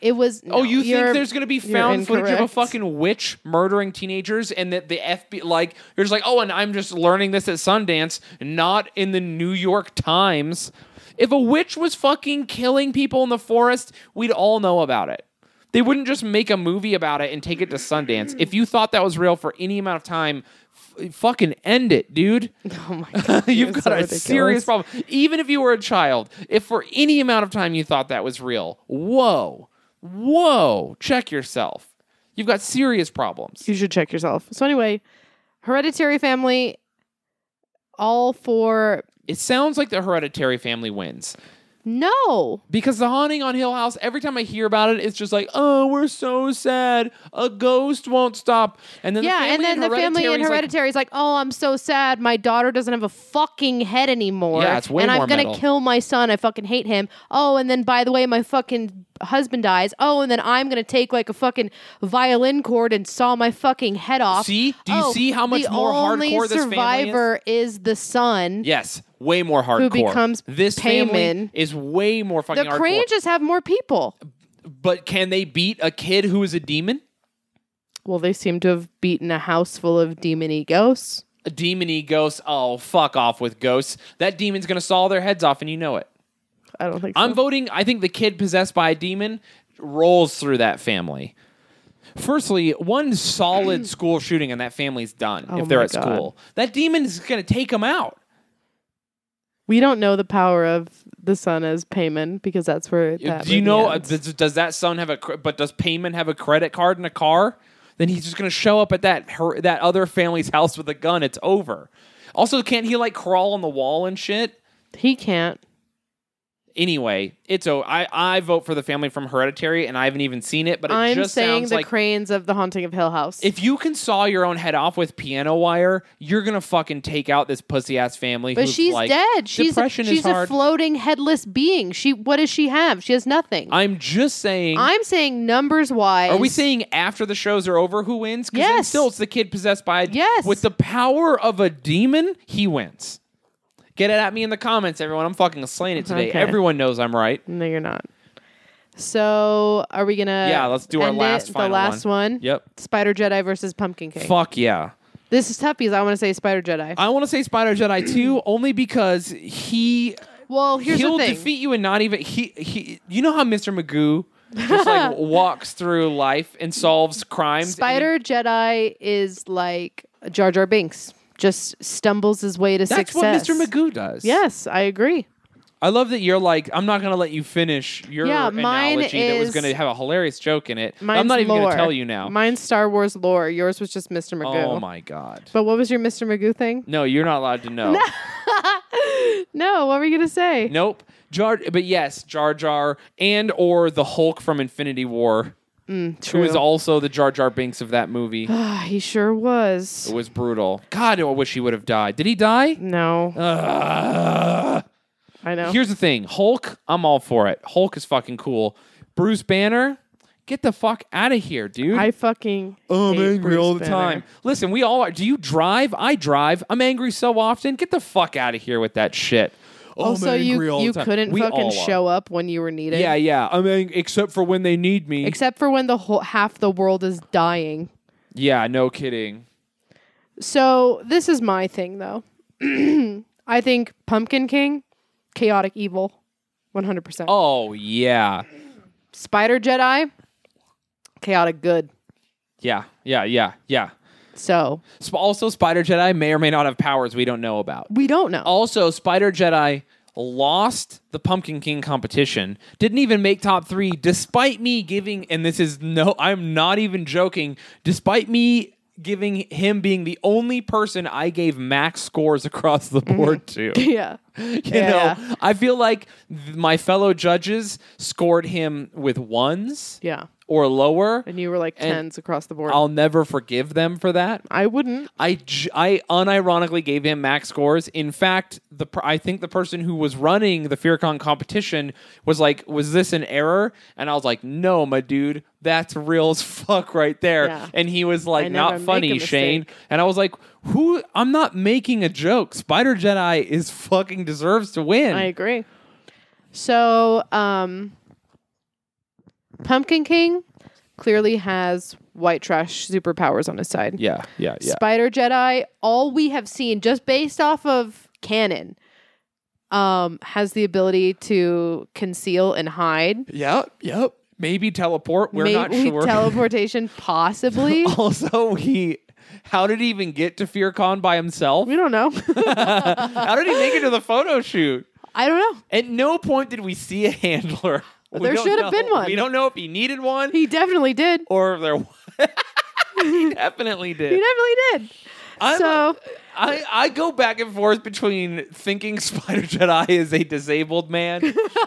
[SPEAKER 2] it was
[SPEAKER 3] oh,
[SPEAKER 2] no,
[SPEAKER 3] you think
[SPEAKER 2] you're-
[SPEAKER 3] there's going to be
[SPEAKER 2] you're
[SPEAKER 3] found footage of a
[SPEAKER 2] incorrect.
[SPEAKER 3] fucking witch murdering teenagers and that the FBI, like, you're just like, oh, and I'm just learning this at Sundance, not in the New York Times. If a witch was fucking killing people in the forest, we'd all know about it. They wouldn't just make a movie about it and take it to Sundance. If you thought that was real for any amount of time, f- fucking end it, dude.
[SPEAKER 2] Oh my god.
[SPEAKER 3] You've
[SPEAKER 2] It's
[SPEAKER 3] got
[SPEAKER 2] so
[SPEAKER 3] a
[SPEAKER 2] ridiculous.
[SPEAKER 3] serious problem. Even if you were a child, if for any amount of time you thought that was real, whoa, whoa, check yourself. You've got serious problems.
[SPEAKER 2] You should check yourself. So anyway, Hereditary Family all for
[SPEAKER 3] It sounds like the hereditary family wins
[SPEAKER 2] no.
[SPEAKER 3] because the haunting on Hill House, every time I hear about it, it's just like, oh, we're so sad. A ghost won't stop. And then
[SPEAKER 2] yeah,
[SPEAKER 3] the
[SPEAKER 2] and
[SPEAKER 3] family
[SPEAKER 2] then
[SPEAKER 3] in
[SPEAKER 2] the family
[SPEAKER 3] Hereditary
[SPEAKER 2] in
[SPEAKER 3] is like,
[SPEAKER 2] Hereditary is like, "Oh, I'm so sad. My daughter doesn't have a fucking head anymore.
[SPEAKER 3] Yeah, it's way
[SPEAKER 2] and
[SPEAKER 3] more
[SPEAKER 2] I'm gonna
[SPEAKER 3] metal.
[SPEAKER 2] kill my son. I fucking hate him. Oh, and then by the way, my fucking husband dies. Oh, and then I'm gonna take like a fucking violin chord and saw my fucking head off.
[SPEAKER 3] See? Do you
[SPEAKER 2] Oh,
[SPEAKER 3] see how much
[SPEAKER 2] the
[SPEAKER 3] more
[SPEAKER 2] only
[SPEAKER 3] hardcore this family is?
[SPEAKER 2] survivor is? the son.
[SPEAKER 3] Yes, way more hardcore.
[SPEAKER 2] becomes
[SPEAKER 3] this family
[SPEAKER 2] Payman.
[SPEAKER 3] is way more fucking
[SPEAKER 2] the
[SPEAKER 3] hardcore.
[SPEAKER 2] Cranes just have more people.
[SPEAKER 3] but can they beat a kid who is a demon?
[SPEAKER 2] Well, they seem to have beaten a house full of demon ghosts.
[SPEAKER 3] demony ghosts. Oh, fuck off with ghosts. That demon's gonna saw their heads off, and you know it.
[SPEAKER 2] I don't think so.
[SPEAKER 3] I'm voting. I think the kid possessed by a demon rolls through that family. Firstly, one solid school shooting and that family's done
[SPEAKER 2] Oh
[SPEAKER 3] if they're
[SPEAKER 2] my
[SPEAKER 3] at
[SPEAKER 2] God.
[SPEAKER 3] school. That demon is gonna take them out.
[SPEAKER 2] We don't know the power of the sun as payment because that's where that
[SPEAKER 3] Do you
[SPEAKER 2] movie
[SPEAKER 3] know? uh,
[SPEAKER 2] ends.
[SPEAKER 3] Does, does that son have a? cre- But does Payman have a credit card and a car? Then he's just gonna show up at that her, that other family's house with a gun. It's over. Also, can't he like crawl on the wall and shit?
[SPEAKER 2] he can't.
[SPEAKER 3] anyway, it's oh, I I vote for the family from Hereditary, and I haven't even seen it, but it
[SPEAKER 2] I'm
[SPEAKER 3] just
[SPEAKER 2] saying
[SPEAKER 3] sounds
[SPEAKER 2] the
[SPEAKER 3] like
[SPEAKER 2] cranes of the haunting of Hill House.
[SPEAKER 3] if you can saw your own head off with piano wire, you're gonna fucking take out this pussy ass family.
[SPEAKER 2] but
[SPEAKER 3] who's
[SPEAKER 2] she's
[SPEAKER 3] like,
[SPEAKER 2] dead. She's a,
[SPEAKER 3] depression is
[SPEAKER 2] she's a
[SPEAKER 3] hard.
[SPEAKER 2] floating headless being. She what does she have? She has nothing.
[SPEAKER 3] I'm just saying.
[SPEAKER 2] I'm saying numbers wise.
[SPEAKER 3] are we saying after the shows are over who wins? 'Cause Then
[SPEAKER 2] Yes.
[SPEAKER 3] still, it's the kid possessed by a,
[SPEAKER 2] Yes.
[SPEAKER 3] with the power of a demon. He wins. Get it at me in the comments, everyone. I'm fucking slaying it today.
[SPEAKER 2] Okay.
[SPEAKER 3] Everyone knows I'm right.
[SPEAKER 2] No, you're not. So are we gonna?
[SPEAKER 3] Yeah, let's do our
[SPEAKER 2] end
[SPEAKER 3] last
[SPEAKER 2] it?
[SPEAKER 3] final
[SPEAKER 2] the last one.
[SPEAKER 3] Yep.
[SPEAKER 2] Spider Jedi versus Pumpkin King.
[SPEAKER 3] Fuck yeah.
[SPEAKER 2] This is tough because I want to say Spider Jedi.
[SPEAKER 3] I want to say Spider Jedi 2 only because he
[SPEAKER 2] well, here's
[SPEAKER 3] he'll
[SPEAKER 2] the thing.
[SPEAKER 3] defeat you and not even he he you know how Mr. Magoo just like walks through life and solves crimes.
[SPEAKER 2] Spider Jedi is like Jar Jar Binks, just stumbles his way to
[SPEAKER 3] And that's
[SPEAKER 2] success.
[SPEAKER 3] what Mr. Magoo does.
[SPEAKER 2] Yes, I agree.
[SPEAKER 3] I love that you're like I'm not going to let you finish your
[SPEAKER 2] Yeah, mine
[SPEAKER 3] analogy that was
[SPEAKER 2] is-
[SPEAKER 3] going to have a hilarious joke in it.
[SPEAKER 2] Mine's
[SPEAKER 3] I'm not even going
[SPEAKER 2] lore.
[SPEAKER 3] to tell you now.
[SPEAKER 2] Mine's Star Wars lore. Yours was just Mr. Magoo.
[SPEAKER 3] oh my god.
[SPEAKER 2] But what was your Mr. Magoo thing?
[SPEAKER 3] No, you're not allowed to know.
[SPEAKER 2] No, what were you gonna say?
[SPEAKER 3] Nope. Jar but yes, Jar Jar and or the Hulk from Infinity War who
[SPEAKER 2] True.
[SPEAKER 3] is also the Jar Jar Binks of that movie.
[SPEAKER 2] Ah, he sure was.
[SPEAKER 3] It was brutal. God, I wish he would have died. Did he die?
[SPEAKER 2] No.
[SPEAKER 3] Ugh.
[SPEAKER 2] I know.
[SPEAKER 3] Here's the thing Hulk, I'm all for it. Hulk is fucking cool. Bruce Banner, get the fuck out of here, dude.
[SPEAKER 2] I fucking.
[SPEAKER 3] Oh, I'm
[SPEAKER 2] hate
[SPEAKER 3] angry all the
[SPEAKER 2] Bruce
[SPEAKER 3] time.
[SPEAKER 2] Banner.
[SPEAKER 3] Listen, we all are. Do you drive? I drive. I'm angry so often. Get the fuck out of here with that shit. Oh,
[SPEAKER 2] also,
[SPEAKER 3] I'm angry
[SPEAKER 2] you
[SPEAKER 3] all
[SPEAKER 2] you
[SPEAKER 3] the time.
[SPEAKER 2] couldn't
[SPEAKER 3] We
[SPEAKER 2] fucking
[SPEAKER 3] all are.
[SPEAKER 2] show up when you were needed.
[SPEAKER 3] Yeah, yeah. I mean, except for when they need me.
[SPEAKER 2] Except for when the whole half the world is dying.
[SPEAKER 3] yeah, no kidding.
[SPEAKER 2] So this is my thing though. I think Pumpkin King, chaotic evil, one hundred percent.
[SPEAKER 3] Oh yeah,
[SPEAKER 2] Spider Jedi, chaotic good.
[SPEAKER 3] yeah, yeah, yeah, yeah.
[SPEAKER 2] So
[SPEAKER 3] Sp- also, Spider Jedi may or may not have powers we don't know about.
[SPEAKER 2] we don't know.
[SPEAKER 3] Also, Spider Jedi lost the Pumpkin King competition, didn't even make top three, despite me giving, and this is no, I'm not even joking, despite me giving him being the only person I gave max scores across the board to.
[SPEAKER 2] yeah.
[SPEAKER 3] You
[SPEAKER 2] Mm-hmm. Yeah,
[SPEAKER 3] know, I feel like th- my fellow judges scored him with ones
[SPEAKER 2] Yeah.
[SPEAKER 3] or lower.
[SPEAKER 2] And you were like
[SPEAKER 3] And
[SPEAKER 2] tens across the board.
[SPEAKER 3] I'll never forgive them for that.
[SPEAKER 2] I wouldn't.
[SPEAKER 3] I, j- I unironically gave him max scores. In fact, the per- I think the person who was running the FearCon competition was like, "Was this an error?" And I was like, "No, my dude, that's real as fuck right there."
[SPEAKER 2] Yeah.
[SPEAKER 3] And he was
[SPEAKER 2] I
[SPEAKER 3] like,
[SPEAKER 2] never
[SPEAKER 3] "Not
[SPEAKER 2] make
[SPEAKER 3] funny,
[SPEAKER 2] a
[SPEAKER 3] Shane."
[SPEAKER 2] mistake.
[SPEAKER 3] And I was like, "Who? I'm not making a joke. Spider Jedi is fucking deserves to win."
[SPEAKER 2] I agree. So, um, Pumpkin King clearly has white trash superpowers on his side.
[SPEAKER 3] yeah, yeah, yeah.
[SPEAKER 2] Spider Jedi, all we have seen just based off of canon, um, has the ability to conceal and hide.
[SPEAKER 3] Yep, yep. Maybe teleport. We're not
[SPEAKER 2] Maybe
[SPEAKER 3] sure.
[SPEAKER 2] teleportation, possibly.
[SPEAKER 3] also, he. How did he even get to FearCon by himself?
[SPEAKER 2] we don't know.
[SPEAKER 3] How did he make it to the photo shoot?
[SPEAKER 2] I don't know.
[SPEAKER 3] At no point did we see a handler. We
[SPEAKER 2] There
[SPEAKER 3] don't
[SPEAKER 2] should have
[SPEAKER 3] know.
[SPEAKER 2] been one.
[SPEAKER 3] We don't know if he needed one
[SPEAKER 2] He definitely did.
[SPEAKER 3] or if there was. he definitely
[SPEAKER 2] He
[SPEAKER 3] did.
[SPEAKER 2] definitely did.
[SPEAKER 3] I'm-
[SPEAKER 2] so
[SPEAKER 3] I, I go back and forth between thinking Spider Jedi is a disabled man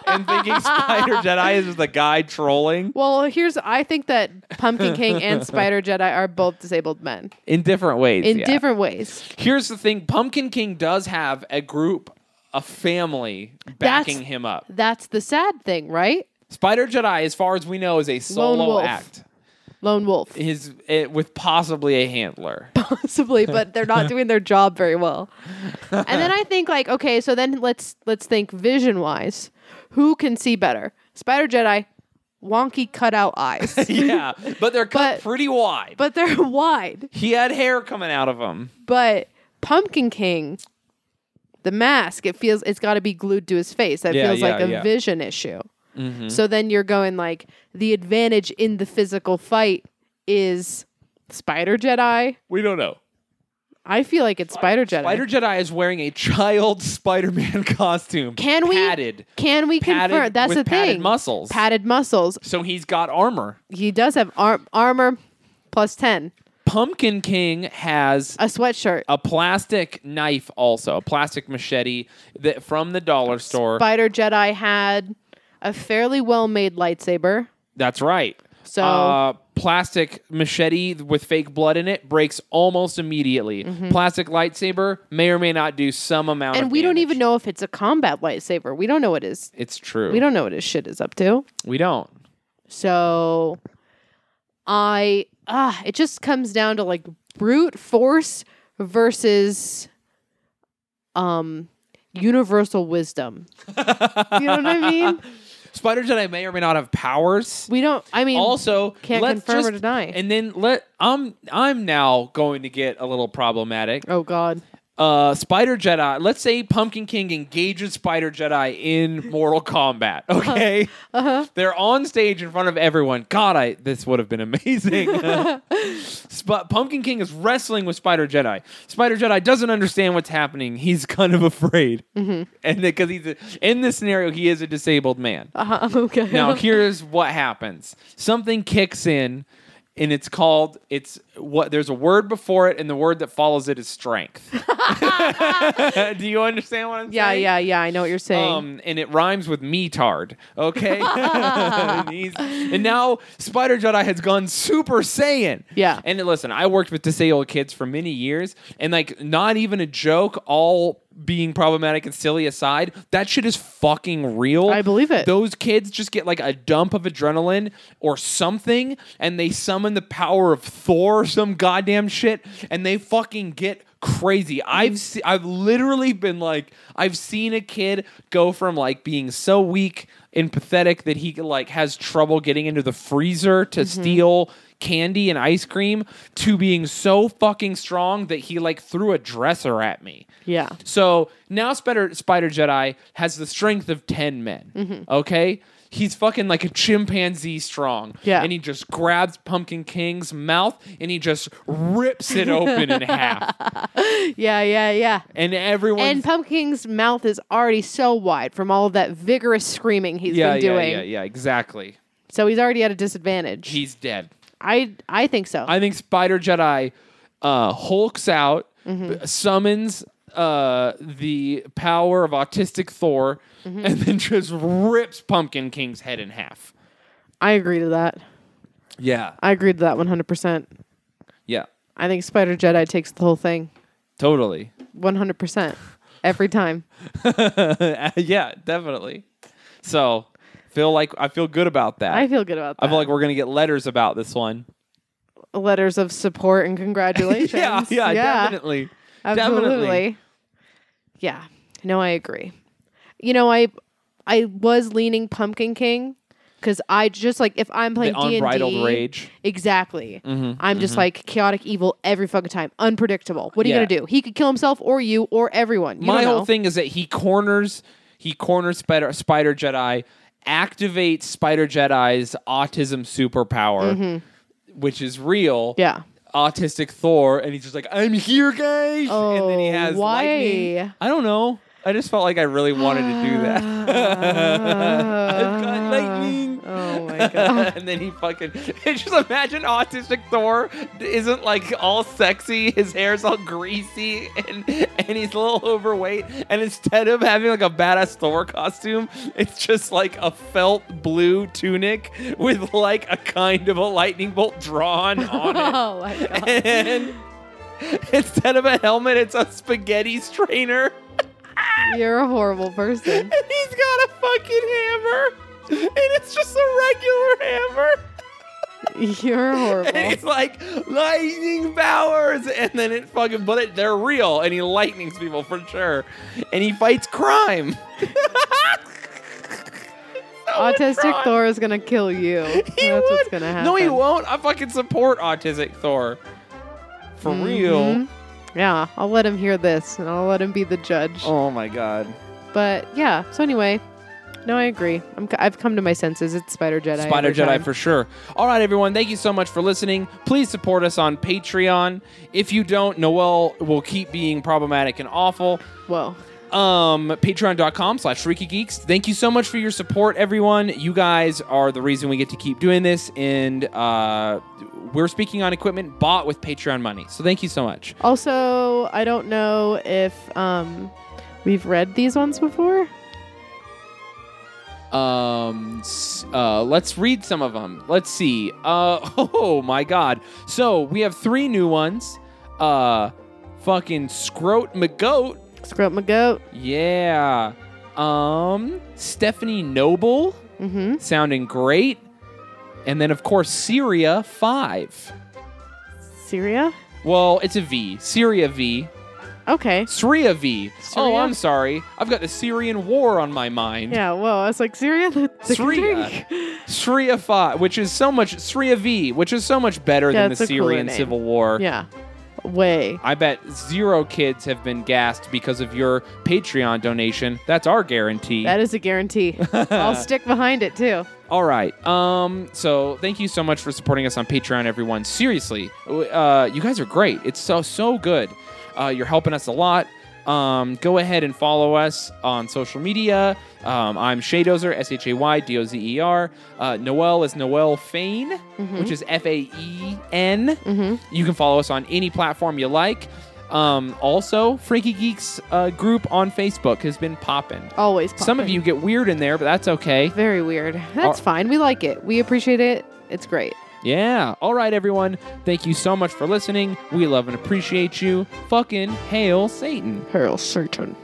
[SPEAKER 3] and thinking Spider Jedi is the guy trolling
[SPEAKER 2] Well, here's I think that Pumpkin King and Spider Jedi are both disabled men
[SPEAKER 3] in different ways.
[SPEAKER 2] in
[SPEAKER 3] yeah.
[SPEAKER 2] different ways.
[SPEAKER 3] Here's the thing Pumpkin King does have a group, a family backing him up.
[SPEAKER 2] That's the sad thing, right?
[SPEAKER 3] Spider Jedi, as far as we know, is a solo
[SPEAKER 2] wolf.
[SPEAKER 3] act.
[SPEAKER 2] Lone wolf,
[SPEAKER 3] his it, with possibly a handler.
[SPEAKER 2] possibly, but they're not doing their job very well. And then I think like, okay, so then let's let's think vision wise, who can see better? Spider Jedi, wonky cutout eyes,
[SPEAKER 3] yeah, but they're cut
[SPEAKER 2] But-
[SPEAKER 3] pretty wide.
[SPEAKER 2] but they're wide.
[SPEAKER 3] he had hair coming out of him.
[SPEAKER 2] But Pumpkin King, the mask, it feels it's got to be glued to his face. That
[SPEAKER 3] Yeah,
[SPEAKER 2] feels
[SPEAKER 3] yeah,
[SPEAKER 2] like a
[SPEAKER 3] yeah. Mm-hmm.
[SPEAKER 2] vision issue. So then you're going like the advantage in the physical fight is Spider Jedi.
[SPEAKER 3] We don't know.
[SPEAKER 2] I feel like it's Spider Jedi.
[SPEAKER 3] Spider Jedi is wearing a child Spider-Man costume.
[SPEAKER 2] can we
[SPEAKER 3] padded?
[SPEAKER 2] can we
[SPEAKER 3] padded
[SPEAKER 2] confirm? That's
[SPEAKER 3] with
[SPEAKER 2] the
[SPEAKER 3] padded
[SPEAKER 2] thing.
[SPEAKER 3] muscles.
[SPEAKER 2] Padded muscles.
[SPEAKER 3] so he's got armor.
[SPEAKER 2] He does have ar- armor plus ten.
[SPEAKER 3] Pumpkin King has
[SPEAKER 2] A sweatshirt.
[SPEAKER 3] a plastic knife, also a plastic machete that from the dollar store.
[SPEAKER 2] Spider Jedi had a fairly well made lightsaber.
[SPEAKER 3] That's right.
[SPEAKER 2] So-
[SPEAKER 3] uh, plastic machete with fake blood in it breaks almost immediately. Plastic lightsaber may or may not do some amount.
[SPEAKER 2] Mm-hmm. And
[SPEAKER 3] of
[SPEAKER 2] we don't
[SPEAKER 3] damage.
[SPEAKER 2] even know if it's a combat lightsaber. We don't know what his
[SPEAKER 3] It's true.
[SPEAKER 2] we don't know what his shit is up to.
[SPEAKER 3] We don't.
[SPEAKER 2] So I ah, it just comes down to like brute force versus um universal wisdom. you know what I mean?
[SPEAKER 3] Spider Jedi may or may not have powers.
[SPEAKER 2] We don't I mean
[SPEAKER 3] also,
[SPEAKER 2] Can't
[SPEAKER 3] let's
[SPEAKER 2] confirm or
[SPEAKER 3] just-
[SPEAKER 2] deny.
[SPEAKER 3] And then let I'm I'm now going to get a little problematic.
[SPEAKER 2] Oh god.
[SPEAKER 3] Uh, Spider Jedi. Let's say Pumpkin King engages Spider Jedi in Mortal Kombat. Okay, uh-huh. they're on stage in front of everyone. God, I this would have been amazing. Sp- Pumpkin King is wrestling with Spider Jedi. Spider Jedi doesn't understand what's happening. He's kind of afraid, and because he's a, in this scenario, he is a disabled man.
[SPEAKER 2] Uh, okay.
[SPEAKER 3] Now here's what happens. Something kicks in and it's called it's what there's a word before it and the word that follows it is strength. Do you understand what I'm
[SPEAKER 2] yeah,
[SPEAKER 3] saying?
[SPEAKER 2] yeah, yeah, I know what you're saying.
[SPEAKER 3] Um, and it rhymes with metard. Okay. and, he's- and now Spider Jedi has gone Super Saiyan.
[SPEAKER 2] Yeah.
[SPEAKER 3] And listen, I worked with disabled kids for many years, and like, not even a joke. All being problematic and silly aside, that shit is fucking real.
[SPEAKER 2] I believe it.
[SPEAKER 3] Those kids just get like a dump of adrenaline or something, and they summon the power of Thor or some goddamn shit, and they fucking get crazy. I've se- I've literally been like I've seen a kid go from like being so weak and pathetic that he like has trouble getting into the freezer to steal candy and ice cream to being so fucking strong that he like threw a dresser at me.
[SPEAKER 2] Yeah.
[SPEAKER 3] So now Spider Spider Jedi has the strength of ten men.
[SPEAKER 2] Mm-hmm.
[SPEAKER 3] Okay. He's fucking like a chimpanzee strong.
[SPEAKER 2] Yeah.
[SPEAKER 3] And he just grabs Pumpkin King's mouth and he just rips it open in half.
[SPEAKER 2] Yeah, yeah, yeah.
[SPEAKER 3] And everyone
[SPEAKER 2] And Pumpkin's mouth is already so wide from all of that vigorous screaming he's
[SPEAKER 3] yeah,
[SPEAKER 2] been
[SPEAKER 3] yeah,
[SPEAKER 2] doing.
[SPEAKER 3] yeah, yeah, exactly.
[SPEAKER 2] So he's already at a disadvantage.
[SPEAKER 3] He's dead.
[SPEAKER 2] I I think so.
[SPEAKER 3] I think Spider Jedi uh, hulks out,
[SPEAKER 2] Mm-hmm.
[SPEAKER 3] b- summons uh, the power of autistic Thor,
[SPEAKER 2] Mm-hmm.
[SPEAKER 3] and then just rips Pumpkin King's head in half.
[SPEAKER 2] I agree to that.
[SPEAKER 3] Yeah.
[SPEAKER 2] I agree to that 100%.
[SPEAKER 3] Yeah.
[SPEAKER 2] I think Spider Jedi takes the whole thing
[SPEAKER 3] Totally.
[SPEAKER 2] 100% every time.
[SPEAKER 3] yeah, definitely. So feel like I feel good about that.
[SPEAKER 2] I feel good about that.
[SPEAKER 3] I feel like we're gonna get letters about this one.
[SPEAKER 2] Letters of support and congratulations.
[SPEAKER 3] Yeah, yeah, definitely. Definitely.
[SPEAKER 2] Absolutely. Yeah. No, I agree. You know, I I was leaning Pumpkin King cuz I just like if I'm
[SPEAKER 3] The
[SPEAKER 2] playing D&D
[SPEAKER 3] unbridled rage. Mm-hmm,
[SPEAKER 2] Exactly. I'm just like chaotic evil every fucking time. Unpredictable. What are
[SPEAKER 3] Yeah.
[SPEAKER 2] you going to do? He could kill himself or you or everyone. You
[SPEAKER 3] My
[SPEAKER 2] don't
[SPEAKER 3] whole
[SPEAKER 2] know.
[SPEAKER 3] thing is that he corners he corners Spider Spider Jedi, activates Spider Jedi's autism superpower, which is real.
[SPEAKER 2] Mm-hmm. Yeah.
[SPEAKER 3] Autistic Thor, and he's just like, I'm here, guys. and then he
[SPEAKER 2] Oh,
[SPEAKER 3] has
[SPEAKER 2] why?
[SPEAKER 3] lightning. I don't know. I just felt like I really wanted to do that. I've got lightning.
[SPEAKER 2] Oh my god.
[SPEAKER 3] and then he fucking just imagine autistic Thor isn't like all sexy, his hair's all greasy, and and he's a little overweight. And instead of having like a badass Thor costume, it's just like a felt blue tunic with like a kind of a lightning bolt drawn on it.
[SPEAKER 2] Oh my god.
[SPEAKER 3] And instead of a helmet, it's a spaghetti strainer.
[SPEAKER 2] You're a horrible person.
[SPEAKER 3] And he's got a fucking hammer. And it's just a regular hammer.
[SPEAKER 2] You're
[SPEAKER 3] And
[SPEAKER 2] horrible.
[SPEAKER 3] it's like lightning powers, and then it fucking but it, they're real, and he lightnings people for sure, and he fights crime.
[SPEAKER 2] Autistic
[SPEAKER 3] Tron.
[SPEAKER 2] Thor is gonna kill you.
[SPEAKER 3] He
[SPEAKER 2] That's what's
[SPEAKER 3] would.
[SPEAKER 2] gonna happen.
[SPEAKER 3] No, he won't. I fucking support autistic Thor, for real.
[SPEAKER 2] Mhm. Yeah, I'll let him hear this and I'll let him be the judge.
[SPEAKER 3] Oh my god,
[SPEAKER 2] But yeah, so anyway, no, I agree. I'm, c- I've come to my senses. It's Spider Jedi.
[SPEAKER 3] Spider
[SPEAKER 2] every
[SPEAKER 3] Jedi
[SPEAKER 2] time.
[SPEAKER 3] for sure. All right, everyone, thank you so much for listening. Please support us on Patreon. If you don't, Noel will keep being problematic and awful.
[SPEAKER 2] Whoa.
[SPEAKER 3] um patreon.com slash freaky geeks thank you so much for your support everyone you guys are the reason we get to keep doing this and uh we're speaking on equipment bought with patreon money so thank you so much
[SPEAKER 2] Also, I don't know if um, we've read these ones before.
[SPEAKER 3] um s- uh let's read some of them let's see uh oh my god so we have three new ones uh fucking scrote mcgoat
[SPEAKER 2] Scrub my goat.
[SPEAKER 3] yeah um stephanie noble
[SPEAKER 2] Mm-hmm.
[SPEAKER 3] sounding great. And then, of course, Syria 5.
[SPEAKER 2] Syria.
[SPEAKER 3] Well, it's a V. Syria V.
[SPEAKER 2] Okay.
[SPEAKER 3] Syria V. Oh,
[SPEAKER 2] Syria?
[SPEAKER 3] I'm sorry. I've got the Syrian war on my mind.
[SPEAKER 2] Yeah. Whoa. I was like Syria. The, the
[SPEAKER 3] Syria. Syria 5, which is so much. Syria V, which is so much better
[SPEAKER 2] Yeah,
[SPEAKER 3] than the
[SPEAKER 2] it's a cooler
[SPEAKER 3] Syrian
[SPEAKER 2] name.
[SPEAKER 3] Civil War.
[SPEAKER 2] yeah. Way.
[SPEAKER 3] I bet zero kids have been gassed because of your Patreon donation. That's our guarantee.
[SPEAKER 2] That is a guarantee. I'll stick behind it too.
[SPEAKER 3] All right. Um. So thank you so much for supporting us on Patreon, everyone. Seriously, uh, you guys are great. It's so so good. Uh, you're helping us a lot. Um, go ahead and follow us on social media. Um, I'm Shaydozer, S H A Y D O Z E R. Uh, Noel is Noel Fain, which is F A E N. You can follow us on any platform you like. Um, also, Freaky Geeks uh, group on Facebook has been popping.
[SPEAKER 2] Always.
[SPEAKER 3] Some of
[SPEAKER 2] popping.
[SPEAKER 3] you get weird in there, but that's okay.
[SPEAKER 2] Very weird. That's
[SPEAKER 3] Are-
[SPEAKER 2] fine. We like it. We appreciate it. It's great.
[SPEAKER 3] Yeah. All right, everyone. Thank you so much for listening. We love and appreciate you. Fucking hail Satan.
[SPEAKER 2] Hail Satan.